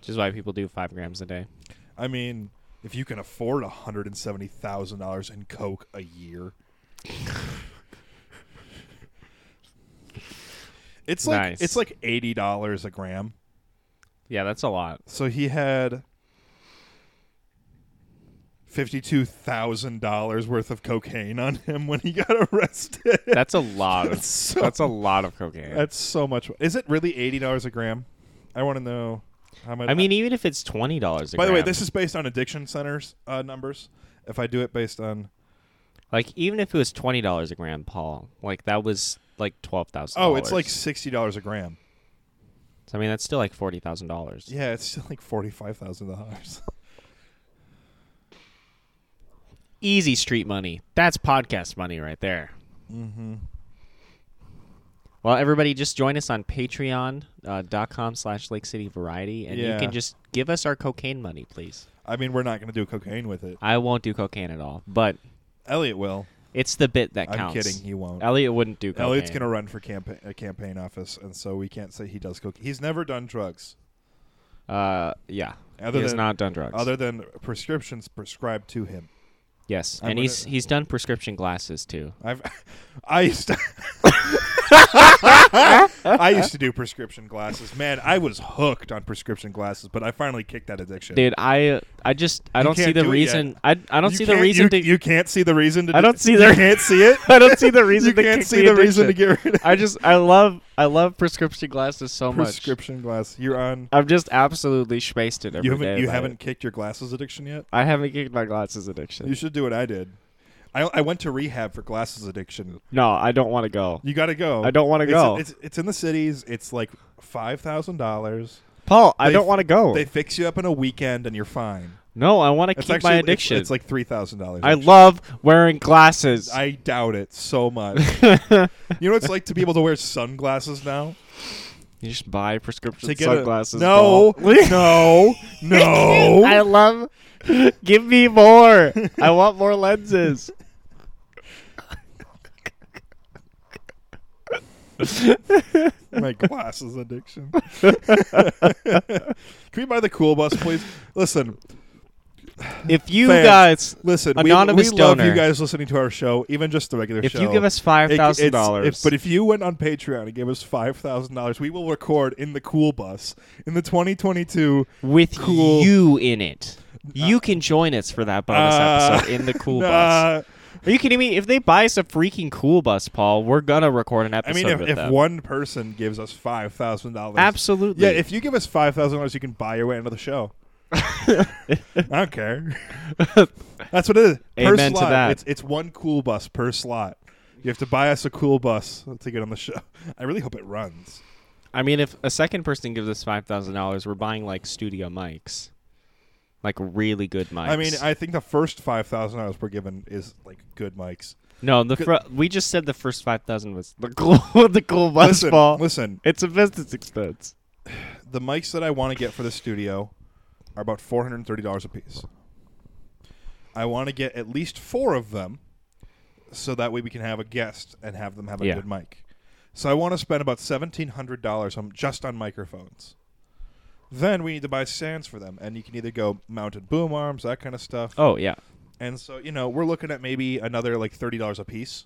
B: which is why people do five grams a day.
A: I mean, if you can afford hundred and seventy thousand dollars in coke a year, it's like
B: Nice.
A: it's like eighty dollars a gram.
B: Yeah, that's a lot.
A: So he had fifty-two thousand dollars worth of cocaine on him when he got arrested.
B: That's a lot. Of,
A: That's so-
B: that's a lot of cocaine.
A: That's so much. Is it really eighty dollars a gram? I want to know how much.
B: I mean, even if it's twenty dollars.
A: by the way, this is based on addiction centers uh, numbers. If I do it based on
B: like even if it was twenty dollars a gram, Paul. Like that was like twelve thousand.
A: oh, it's like sixty dollars a gram.
B: I mean, that's still like forty thousand dollars.
A: Yeah, it's still like forty-five thousand dollars.
B: Easy street money. That's podcast money right there.
A: Mm-hmm.
B: Well, everybody, just join us on Patreon uh, dot com slash Lake City Variety, and
A: Yeah.
B: you can just give us our cocaine money, please.
A: I mean, we're not going to do cocaine with it.
B: I won't do cocaine at all, but
A: Elliot will.
B: it's the bit that
A: I'm
B: counts.
A: kidding. He won't.
B: Elliot wouldn't do cocaine.
A: Elliot's going to run for campa- a campaign office, and so we can't say he does cocaine. He's never done drugs
B: Uh, yeah.
A: Other
B: he has
A: than-
B: not done drugs.
A: other than prescriptions prescribed to him.
B: yes,
A: I'm
B: and
A: gonna-
B: he's he's done prescription glasses too.
A: I've, I used to, I used to do prescription glasses. Man, I was hooked on prescription glasses, but I finally kicked that addiction.
B: Dude, I I just I don't see
A: can't
B: the
A: do it
B: reason.
A: yet.
B: I I don't
A: You
B: see the
A: can't-
B: reason
A: you,
B: to.
A: you can't see the reason to.
D: I
A: do-
D: don't see
A: you
D: the-
A: can't see it.
D: I don't see the reason
A: you
D: to
A: can't
D: kick
A: see
D: the
A: the, reason to
D: addiction.
A: get rid of
D: I just I love I love prescription glasses so much.
A: prescription glasses. You're on.
D: I'm just absolutely spaced it every
A: You haven't
D: day
A: you
D: by
A: haven't
D: it.
A: kicked your glasses addiction yet.
D: I haven't kicked my glasses addiction.
A: You should do what I did. I, I went to rehab for glasses addiction.
D: no, I don't want to go.
A: You got to go.
D: I don't wanna
A: It's-
D: go.
A: It's, it's in the cities. It's like five thousand dollars.
D: Paul, I
A: They-
D: don't want to go.
A: They fix you up in a weekend and you're fine.
D: no, I want to
A: It's
D: keep
A: actually
D: my
A: it's-
D: addiction.
A: It's, like three thousand dollars.
D: I love wearing glasses.
A: I doubt it so much. you know what it's like to be able to wear sunglasses now.
B: You just buy prescription
A: to get a-
B: sunglasses.
A: no,
B: Paul.
A: no, no.
G: I love. Give me more. I want more lenses.
A: my glasses addiction. Can we buy the cool bus, please? Listen,
G: If you
A: Fans.
G: guys,
A: listen. we-
G: Anonymous
A: we, love you
G: donor.
A: guys listening to our show, even just the regular
G: if
A: show.
G: you give us
A: It-
G: five
A: it's-
G: thousand dollars,
A: if- But if you went on Patreon and gave us five thousand dollars, we will record in the cool bus in the 2022
B: with
A: Cool.
B: you in it. You can join us for that bonus
A: Uh,
B: episode in the cool
A: nah.
B: bus. Are you kidding me? If they buy us a freaking cool bus, Paul, we're gonna record an
A: I
B: episode
A: mean, if,
B: with
A: if
B: them.
A: one person gives us five thousand dollars,
G: absolutely,
A: Yeah, if you give us five thousand dollars, you can buy your way into the show. I don't care. That's what it is. Per
B: Amen to
A: slot,
B: that.
A: it's it's one cool bus per slot. You have to buy us a cool bus to get on the show. I really hope it runs.
B: I mean, if a second person gives us five thousand dollars, we're buying like studio mics, like really good mics.
A: I mean, I think the first five thousand dollars we're given is like good mics.
B: no, the fr- we just said the first five thousand was the cool, the cool bus.
A: Listen,
G: Paul.
A: listen.
G: it's a business expense.
A: The mics that I want to get for the studio are about four hundred and thirty dollars a piece. I want to get at least four of them, so that way we can have a guest and have them have a
B: Yeah.
A: good mic. So I want to spend about seventeen hundred dollars on just on microphones. Then we need to buy stands for them, and you can either go mounted boom arms, that kind of stuff.
B: Oh yeah,
A: And so you know we're looking at maybe another like thirty dollars a piece.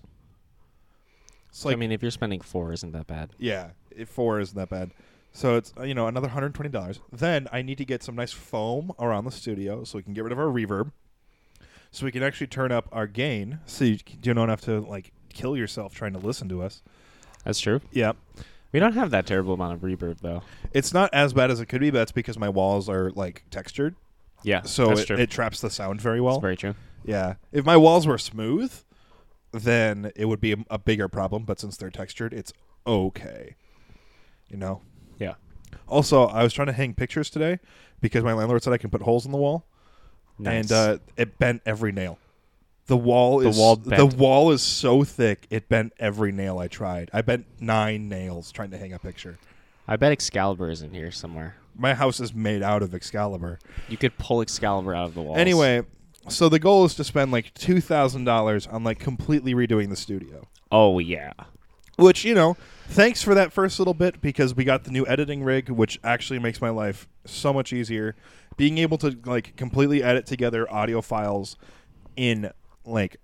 A: It's like
B: I mean, if you're spending four, isn't that bad?
A: yeah, it, four isn't that bad. So it's uh, you know another hundred twenty dollars. Then I need to get some nice foam around the studio so we can get rid of our reverb, so we can actually turn up our gain, so you, c- you don't have to like kill yourself trying to listen to us.
B: That's true.
A: Yeah,
B: We don't have that terrible amount of reverb though.
A: it's not as bad as it could be, but that's because my walls are like textured,
B: Yeah,
A: so
B: that's
A: it,
B: true.
A: it traps the sound very well.
B: That's very true.
A: yeah, if my walls were smooth, then it would be a, a bigger problem. But since they're textured, it's okay. You know,
B: Yeah.
A: Also, I was trying to hang pictures today because my landlord said I can put holes in the wall, and
B: Nice.
A: uh, it bent every nail. The wall is
B: wall
A: the
B: bent.
A: wall is so thick it bent every nail I tried. I bent nine nails trying to hang a picture.
B: I bet Excalibur is in here somewhere.
A: My house is made out of Excalibur.
B: You could pull Excalibur out of the walls.
A: Anyway, so the goal is to spend like two thousand dollars on like completely redoing the studio.
B: Oh yeah.
A: Which you know, thanks for that first little bit because we got the new editing rig, which actually makes my life so much easier. Being able to like completely edit together audio files in like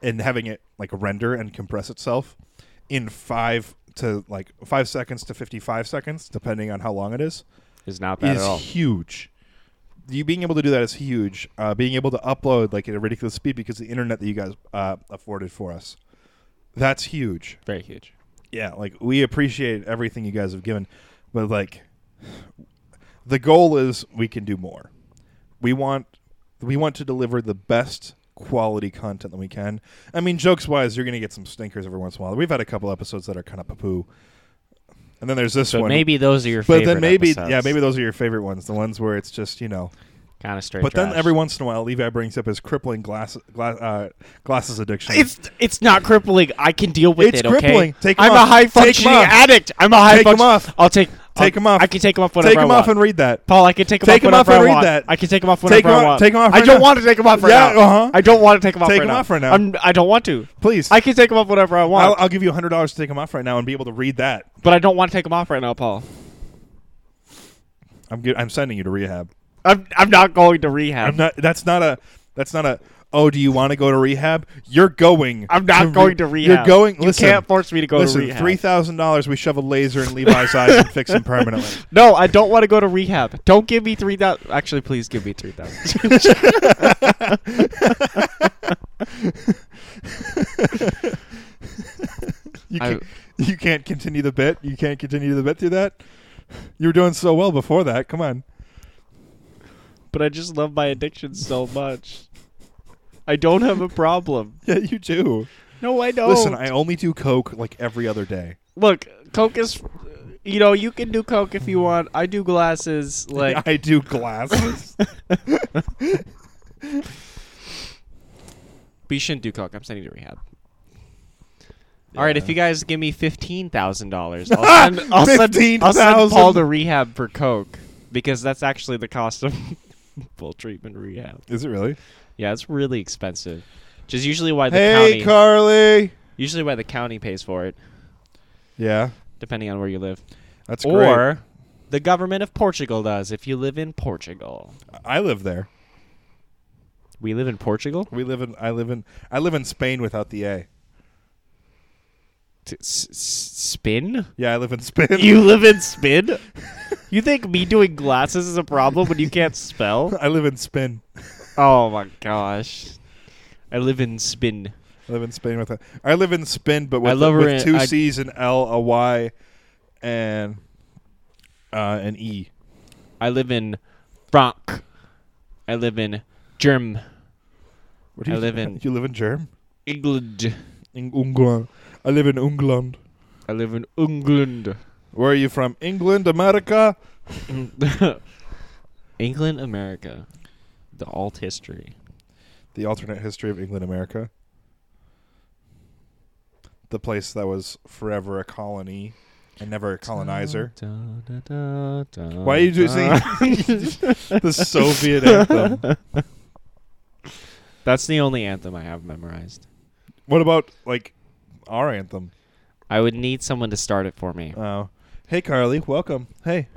A: and having it like render and compress itself in five to like five seconds to fifty-five seconds, depending on how long it is
B: Is not bad
A: is
B: at all.
A: huge. You being able to do that is huge. Uh, being able to upload like at a ridiculous speed because the internet that you guys uh, afforded for us, that's huge
B: Very huge.
A: yeah, like we appreciate everything you guys have given, but like the goal is we can do more. We want we want to deliver the best quality content that we can. I mean, jokes wise, you're gonna get some stinkers every once in a while. We've had a couple episodes that are kind of poo, and then there's this
B: But
A: one.
B: maybe those are your
A: but
B: favorite.
A: then maybe yeah, maybe those are your favorite ones, the ones where it's just you know.
B: kind of straight.
A: But then
B: trash.
A: every once in a while, Levi brings up his crippling glass, glass uh, glasses addiction.
B: It's it's not crippling. I can deal with
A: It's
B: it. Okay.
A: crippling. Take 'em
B: I'm a
A: off.
B: high
A: Take 'em
B: functioning
A: off.
B: addict. I'm a high.
A: Take 'em
B: function-
A: off.
B: I'll take. I'll,
A: Take 'em off.
B: I can take them off whenever
A: take
B: I
A: him
B: want.
A: off and read that.
B: Paul, I can take them
A: Take 'em
B: off
A: off
B: whenever
A: and
B: I
A: read that.
B: want. I can take them off
A: Take
B: whenever
A: 'em
B: I
A: off-
B: want.
A: take 'em off
G: I
A: right
G: don't
A: now.
G: want to take them off right
A: Yeah,
G: now.
A: uh-huh.
G: I don't want to take them off.
A: Take
G: right
A: 'em
G: now.
A: off right now.
G: I'm, I don't want to.
A: Please,
G: I can take them off whenever I want,
A: I'll, I'll give you hundred dollars to take them off right now and be able to read that.
G: but I don't want to take them off right now, Paul.
A: I'm good. I'm sending you to rehab.
G: I'm I'm not going to rehab.
A: I'm not. That's not a. That's not a. Oh, do you want to go to rehab? You're going.
G: I'm not
A: re-
G: going to rehab.
A: You're going.
G: You
A: listen,
G: can't force me to go to
A: listen,
G: rehab.
A: Three thousand dollars. We shove a laser in Levi's eyes and fix him permanently.
G: No, I don't want to go to rehab. Don't give me three thousand. Actually, please give me three thousand.
A: You
B: I-
A: can't, you can't continue the bit. You can't continue the bit through that. You were doing so well before that. Come on.
G: but I just love my addiction so much. I don't have a problem.
A: Yeah, you do.
G: No, I don't.
A: Listen, I only do coke like every other day.
G: look. Coke is, you know, you can do coke if you want. I do glasses. Like
A: I do glasses.
B: But you shouldn't do coke. I'm sending you to rehab. All right, if you guys give me fifteen thousand dollars, I'll send I'll send, I'll send
A: 15,000.
B: Paul to rehab for coke because that's actually the cost of full treatment rehab.
A: Is it really?
B: Yeah, it's really expensive, which is usually why the
A: Hey,
B: county
A: Carly.
B: usually why the county pays for it,
A: Yeah,
B: depending on where you live,
A: that's
B: or the government of Portugal does if you live in Portugal.
A: great. I live there.
B: We live in Portugal.
A: We live in. I live in. I live in Spain without the A.
B: T- s- s- spin.
A: Yeah, I live in Spain.
B: You live in Spin? You think me doing glasses is a problem when you can't spell?
A: I live in Spain.
B: Oh my gosh. I live in Spin.
A: I live in Spain with a. I live in Spain, but with,
B: I love her
A: with
B: in-
A: two
B: I-
A: C's and L a Y, and uh, an E.
B: I live in Frank. I live in Germ.
A: What
B: I live in-
A: You live in Germ.
B: England.
A: In England. I live in England.
B: I live in England.
A: Where are you from? England, America.
B: England, America. The alt history.
A: The alternate history of England, America. The place that was forever a colony and never a colonizer. Why are you
B: Oh
A: just singing the Soviet anthem?
B: That's the only anthem I have memorized.
A: What about like our anthem?
B: I would need someone to start it for me.
A: Oh, hey Carly, welcome. Hey,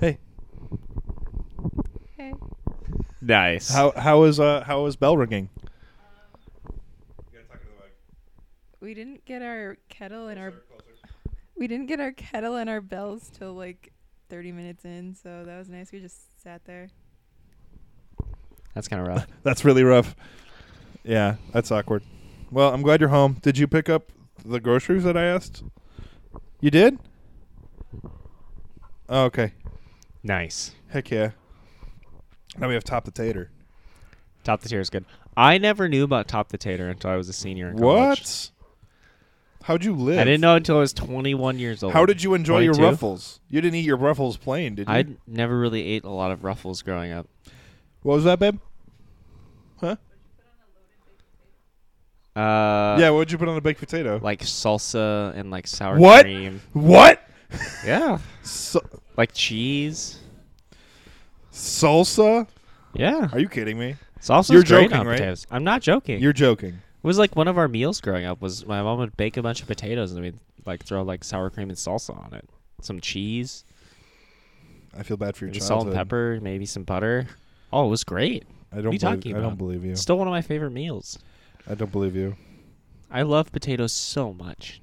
A: hey.
B: Nice.
A: How how is uh how is bell ringing?
H: We didn't get our kettle and our we didn't get our kettle and our bells till like 30 minutes in, so that was nice. We just sat there.
B: That's kind of rough.
A: That's really rough. Yeah, that's awkward. Well, I'm glad you're home. Did you pick up the groceries that I asked? You did? Oh, okay.
B: nice.
A: Heck yeah. Now we have top the tater.
B: Top the tier is good. I never knew about Top the Tater until I was a senior in college.
A: What? How'd you live?
B: I didn't know until I was 21 years old.
A: How did you enjoy your
B: 22?
A: ruffles? You didn't eat your ruffles plain, did you?
B: I never really ate a lot of Ruffles growing up.
A: What was that, babe? Huh?
B: Uh,
A: yeah. What'd you put on a baked potato?
B: Like salsa and like sour
A: what?
B: cream.
A: What?
B: Yeah.
A: Sa-
B: Like cheese.
A: salsa?
B: Yeah.
A: Are you kidding me?
B: Salsa's
A: You're
B: great
A: joking,
B: on
A: right?
B: potatoes. I'm not joking.
A: You're joking.
B: it was like one of our meals growing up was my mom would bake a bunch of potatoes and we'd like throw like sour cream and salsa on it. Some cheese,
A: I feel bad for your
B: maybe
A: childhood.
B: salt and pepper, maybe some butter. Oh, it was great.
A: I don't
B: you
A: believe,
B: talking
A: I don't
B: about?
A: believe you.
B: Still one of my favorite meals.
A: I don't believe you.
B: I love potatoes so much.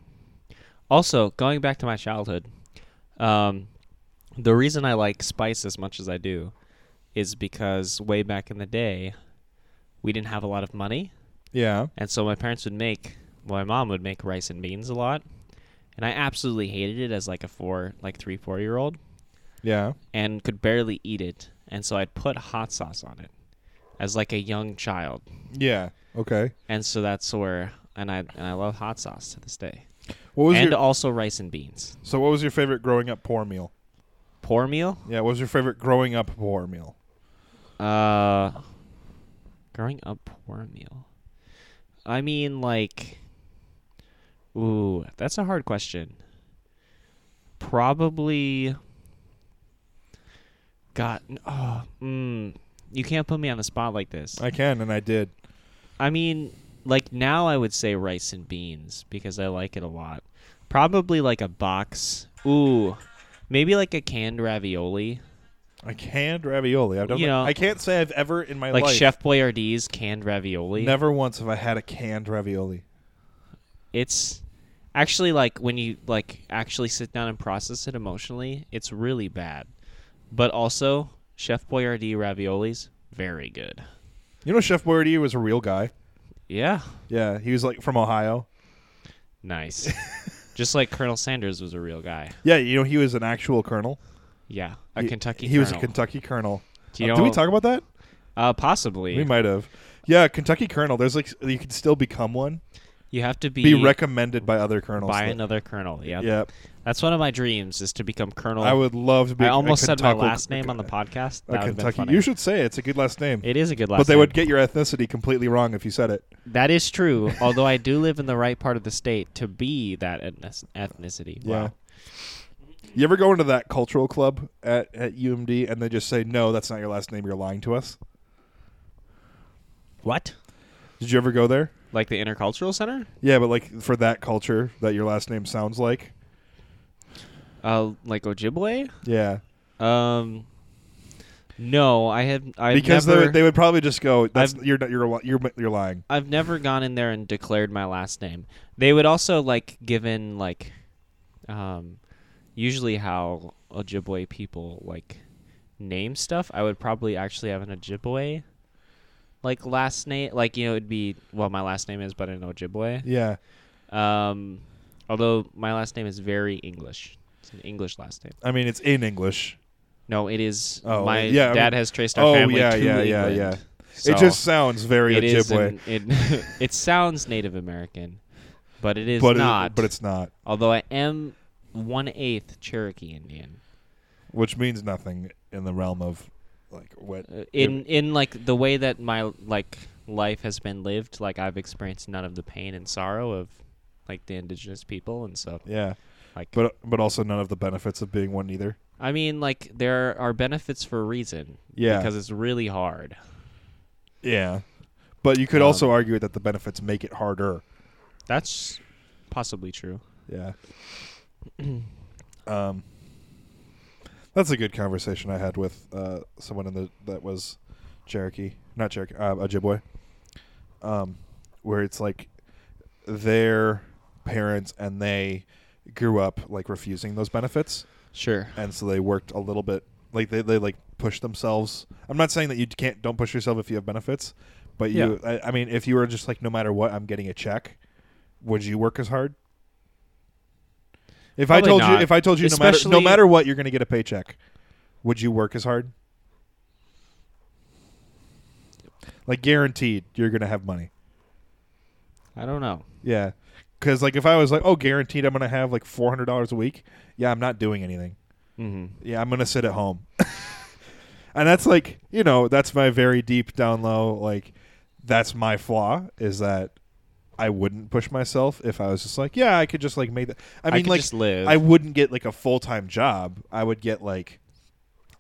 B: Also, going back to my childhood, um, the reason I like spice as much as I do is because way back in the day, we didn't have a lot of money,
A: Yeah.
B: and so my parents would make, my mom would make rice and beans a lot, and I absolutely hated it as like a four, like three, four year old,
A: Yeah.
B: and could barely eat it, and so I'd put hot sauce on it as like a young child,
A: Yeah. Okay.
B: and so that's where, and I and I love hot sauce to this day.
A: What was
B: and
A: your
B: also rice and beans.
A: so? What was your favorite growing up poor meal?
B: Poor meal.
A: Yeah. What was your favorite growing up poor meal?
B: Uh, growing up, poor meal. I mean, like, ooh, that's a hard question. Probably. God, n- oh, mm, you can't put me on the spot like this.
A: I can and I did.
B: I mean, like now I would say rice and beans because I like it a lot. Probably like a box. Ooh, maybe like a canned ravioli.
A: I canned ravioli. I've done.
B: You
A: that-
B: know-
A: I can't say I've ever in my
B: like
A: life
B: Chef Boyardee's canned ravioli.
A: Never once have I had a canned ravioli.
B: It's actually like when you like actually sit down and process it emotionally, it's really bad. But also, Chef Boyardee raviolis very good.
A: You know, Chef Boyardee was a real guy.
B: Yeah,
A: Yeah, he was like from Ohio.
B: nice. Just like Colonel Sanders was a real guy.
A: Yeah, you know, he was an actual colonel.
B: Yeah, a
A: He-
B: Kentucky.
A: He was a
B: colonel.
A: Kentucky colonel.
B: Do you
A: Uh,
B: know-
A: did we talk about that?
B: Uh, possibly.
A: We might have. Yeah, Kentucky colonel. There's like you can still become one.
B: You have to be,
A: Be recommended by other colonels.
B: by
A: though.
B: another colonel. Yeah.
A: Yeah.
B: That's one of my dreams is to become Colonel.
A: I would love to be.
B: I
A: a
B: almost said my
A: Kentucky-
B: last name on the podcast.
A: A
B: That would
A: Kentucky.
B: funny.
A: You should say it. it's a good last name.
B: It is a good last
A: but they
B: name.
A: would get your ethnicity completely wrong if you said it.
B: That is true. although I do live in the right part of the state to be that ethnic- ethnicity.
A: Yeah.
B: Wow.
A: You ever go into that cultural club at, at UMD and they just say, no, that's not your last name. You're lying to us?
B: What?
A: Did you ever go there?
B: Like the intercultural center?
A: Yeah, but like for that culture that your last name sounds like.
B: Uh, like Ojibwe?
A: Yeah.
B: Um, no, I have. I've
A: because they,
B: never,
A: would, they would probably just go, that's,
B: I've-
A: you're, not, you're, li- you're, you're lying.
B: I've never gone in there and declared my last name. They would also like given like, um, usually how Ojibwe people like name stuff. I would probably actually have an Ojibwe like last name. Like you know, it'd be well, my last name is, but in Ojibwe.
A: Yeah.
B: Um, although my last name is very English. It's an English last name.
A: I mean, it's in English.
B: No, it is.
A: Oh,
B: my
A: yeah, I
B: dad
A: mean-
B: has traced our
A: oh,
B: family
A: yeah,
B: to
A: yeah, yeah,
B: England.
A: it
B: So-
A: just sounds very
B: It is
A: Ojibwe.
B: an- it, it sounds Native American, but it is
A: but it-
B: not.
A: but it's not,
B: although I am one eighth Cherokee Indian.
A: which means nothing in the realm of like what.
B: Uh, In in like the way that my like life has been lived, like I've experienced none of the pain and sorrow of like the indigenous people, and so
A: Yeah.
B: like
A: But but also none of the benefits of being one either.
B: I mean like there are benefits for a reason.
A: Yeah.
B: because it's really hard.
A: Yeah. But you could
B: Um,
A: also argue that the benefits make it harder.
B: That's possibly true.
A: Yeah. um, that's a good conversation I had with uh, someone in the that was Cherokee, not Cherokee, uh, Ojibwe. Um, where it's like their parents and they grew up like refusing those benefits,
B: Sure.
A: and so they worked a little bit like they they like pushed themselves. I'm not saying that you can't don't push yourself if you have benefits, but you I, I mean if you were just like no matter what I'm getting a check, would you work as hard? If I
B: Probably
A: told
B: not.
A: you if I told you no matter no
B: Especially-
A: matter what you're going to get a paycheck, would you work as hard? Like guaranteed you're going to have money.
B: I don't know.
A: Yeah. Cuz like if I was like, "Oh, guaranteed I'm going to have like $400 a week." Yeah, I'm not doing anything.
B: Mm-hmm.
A: yeah, I'm gonna sit at home. and that's like, you know, that's my very deep down low, like that's my flaw is that I wouldn't push myself if I was just like, yeah, I could just like make that. I
B: I
A: mean,
B: could
A: like,
B: just live.
A: I wouldn't get like a full time job. I would get like,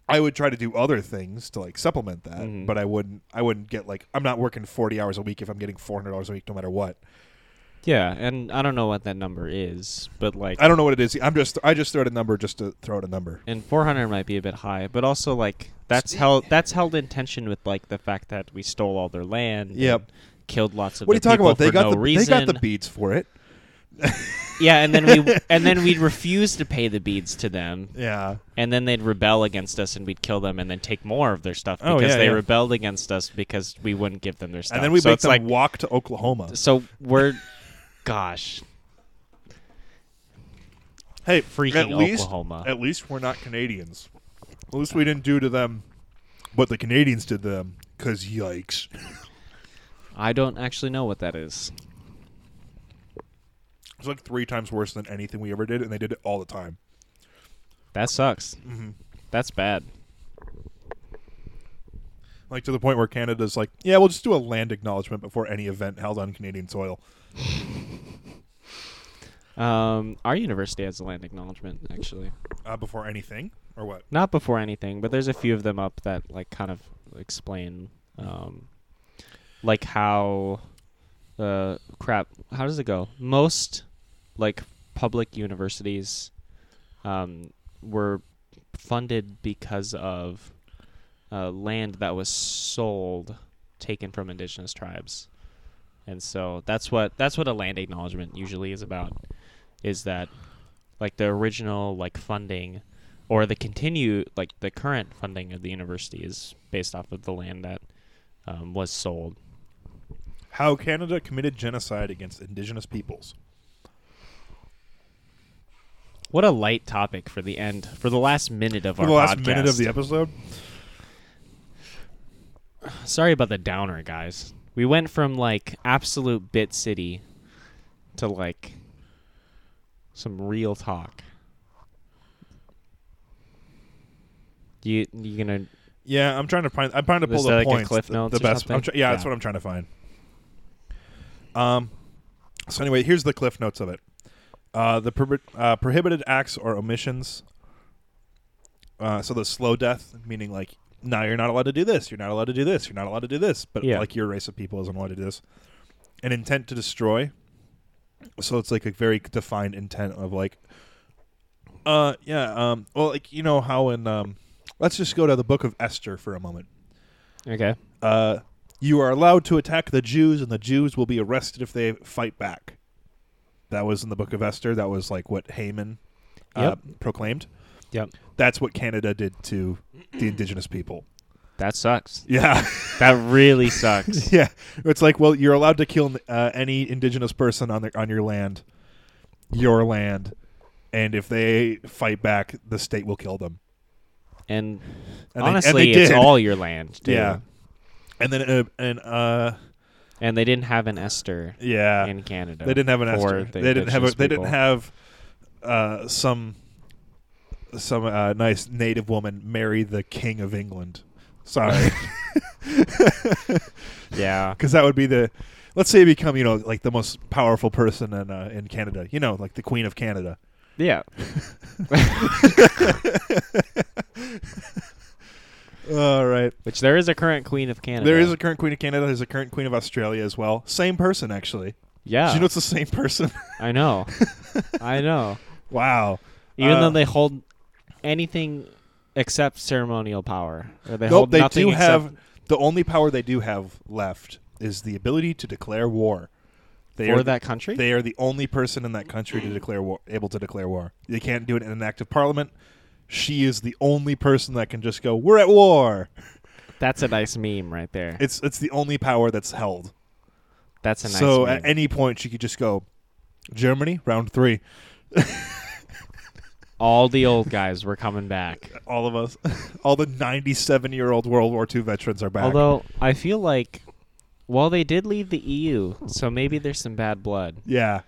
A: I would try to do other things to like supplement that,
B: Mhm.
A: but I wouldn't. I wouldn't get like, I'm not working forty hours a week if I'm getting four hundred dollars a week, no matter what.
B: Yeah, and I don't know what that number is, but like,
A: I don't know what it is. I'm just, I just throw out a number just to throw out a number.
B: and 400 might be a bit high, but also like that's held that's held in tension with like the fact that we stole all their land.
A: Yep.
B: and Killed lots of.
A: What are you
B: the
A: talking
B: people
A: about? They
B: for
A: got
B: no
A: the,
B: reason.
A: they got the beads for it.
B: Yeah, and then we and then we'd refuse to pay the beads to them,
A: Yeah.
B: and then they'd rebel against us, and we'd kill them, and then take more of their stuff
A: Oh,
B: because
A: yeah,
B: they
A: yeah.
B: rebelled against us because we wouldn't give them their stuff.
A: And then we
B: so
A: make
B: it's
A: them
B: like
A: walk to Oklahoma.
B: so we're, gosh,
A: Hey,
B: freaking
A: at least,
B: Oklahoma.
A: At least we're not Canadians. At least we didn't do to them what the Canadians did to them. Cause yikes.
B: I don't actually know what that is.
A: It's like three times worse than anything we ever did, and they did it all the time.
B: That sucks.
A: Mm-hmm.
B: That's bad.
A: Like to the point where Canada's like, yeah, we'll just do a land acknowledgement before any event held on Canadian soil.
B: Um, our university has a land acknowledgement, actually.
A: Uh, before anything or what?
B: Not before anything, but there's a few of them up that like kind of explain, um, like how, uh, crap. How does it go? Most like public universities, um, were funded because of uh, land that was sold, taken from indigenous tribes, and so that's what that's what a land acknowledgement usually is about, is that like the original like funding or the continue like the current funding of the university is based off of the land that um, was sold.
A: How Canada committed genocide against Indigenous peoples.
B: What a light topic for the end, for the last minute of
A: For
B: our
A: the last
B: podcast.
A: minute of the episode,
B: Sorry about the downer, guys. We went from like absolute bit city to like some real talk. You you gonna
A: Yeah, I'm trying to find. I'm trying to pull
B: Is
A: the
B: that like a
A: points.
B: Cliff
A: the-
B: Notes
A: the,
B: or
A: best. I'm
B: something?
A: try- yeah, that's
B: Yeah.
A: what I'm trying to find. Um. So anyway, here's the cliff notes of it. Uh, the prohibi- uh, prohibited acts or omissions. Uh, so the slow death, meaning like now you're not allowed to do this, you're not allowed to do this, you're not allowed to do this, but
B: Yeah.
A: like your race of people isn't allowed to do this. An intent to destroy. So it's like a very defined intent of like, uh, yeah, um, well, like you know how in um, let's just go to the book of Esther for a moment
B: okay?
A: uh, you are allowed to attack the Jews, and the Jews will be arrested if they fight back. That was in the Book of Esther. That was like what Haman uh, proclaimed.
B: Yep.
A: That's what Canada did to the indigenous people.
B: That sucks.
A: Yeah,
B: That really sucks.
A: yeah. It's like, well, you're allowed to kill uh, any indigenous person on their on your land, your land, and if they fight back, the state will kill them.
B: And,
A: And they- and
B: honestly,
A: they
B: it's
A: did.
B: all your land. Too.
A: yeah. And then uh, and uh
B: And they didn't have an Esther
A: yeah,
B: in Canada.
A: They didn't have an
B: for
A: Esther.
B: the
A: They didn't have. A,
B: indigenous
A: they didn't
B: people.
A: have uh, some some uh, nice native woman marry the king of England. Sorry,
B: Yeah.
A: because that would be the. Let's say you become, you know, like the most powerful person in uh, in Canada. You know, like the Queen of Canada.
B: Yeah.
A: All right.
B: Which there is a current queen of Canada.
A: There is a current Queen of Canada. There's a current Queen of Australia as well. Same person, actually.
B: yeah.
A: Do you know it's the same person?
B: I know. I know.
A: wow.
B: Even
A: Uh,
B: though they hold anything except ceremonial power, or they
A: nope,
B: hold
A: they
B: nothing
A: do
B: except
A: have the only power they do have left is the ability to declare war. They
B: for
A: are
B: that country.
A: they are the only person in that country to declare war, able to declare war. They can't do it in an act of parliament. She is the only person that can just go, "We're at war."
B: That's a nice meme right there.
A: It's it's the only power that's held.
B: That's a nice
A: so
B: meme.
A: at any point she could just go, "Germany, round 3."
B: All the old guys were coming back.
A: All of us, all the 97-year-old World War II veterans are back.
B: Although I feel like, well, they did leave the EU, so maybe there's some bad blood.
A: yeah.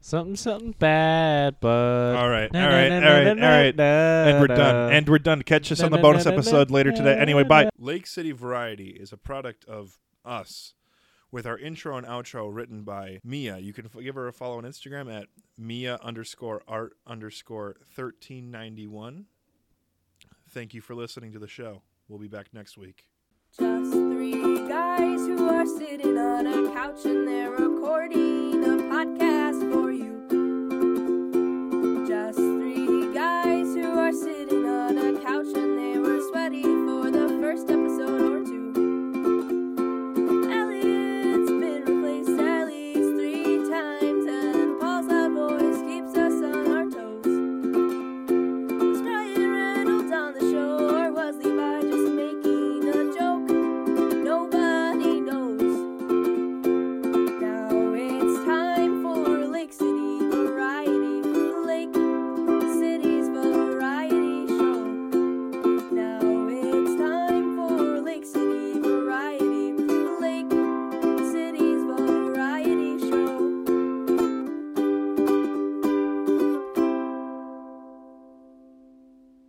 B: Something, something bad, but
A: All right,
B: Na-
A: all
B: na-
A: right,
B: na-
A: all
B: na-
A: right,
B: na-
A: all right.
B: na-
A: And we're
B: na-
A: done. And we're done. Catch us on the bonus episode later today. Anyway, bye. Lake City Variety is a product of us with our intro and outro written by Mia. You can f- give her a follow on Instagram at Mia underscore art underscore 1391. Thank you for listening to the show. We'll be back next week.
I: Just three guys who are sitting on a couch and they're recording a podcast.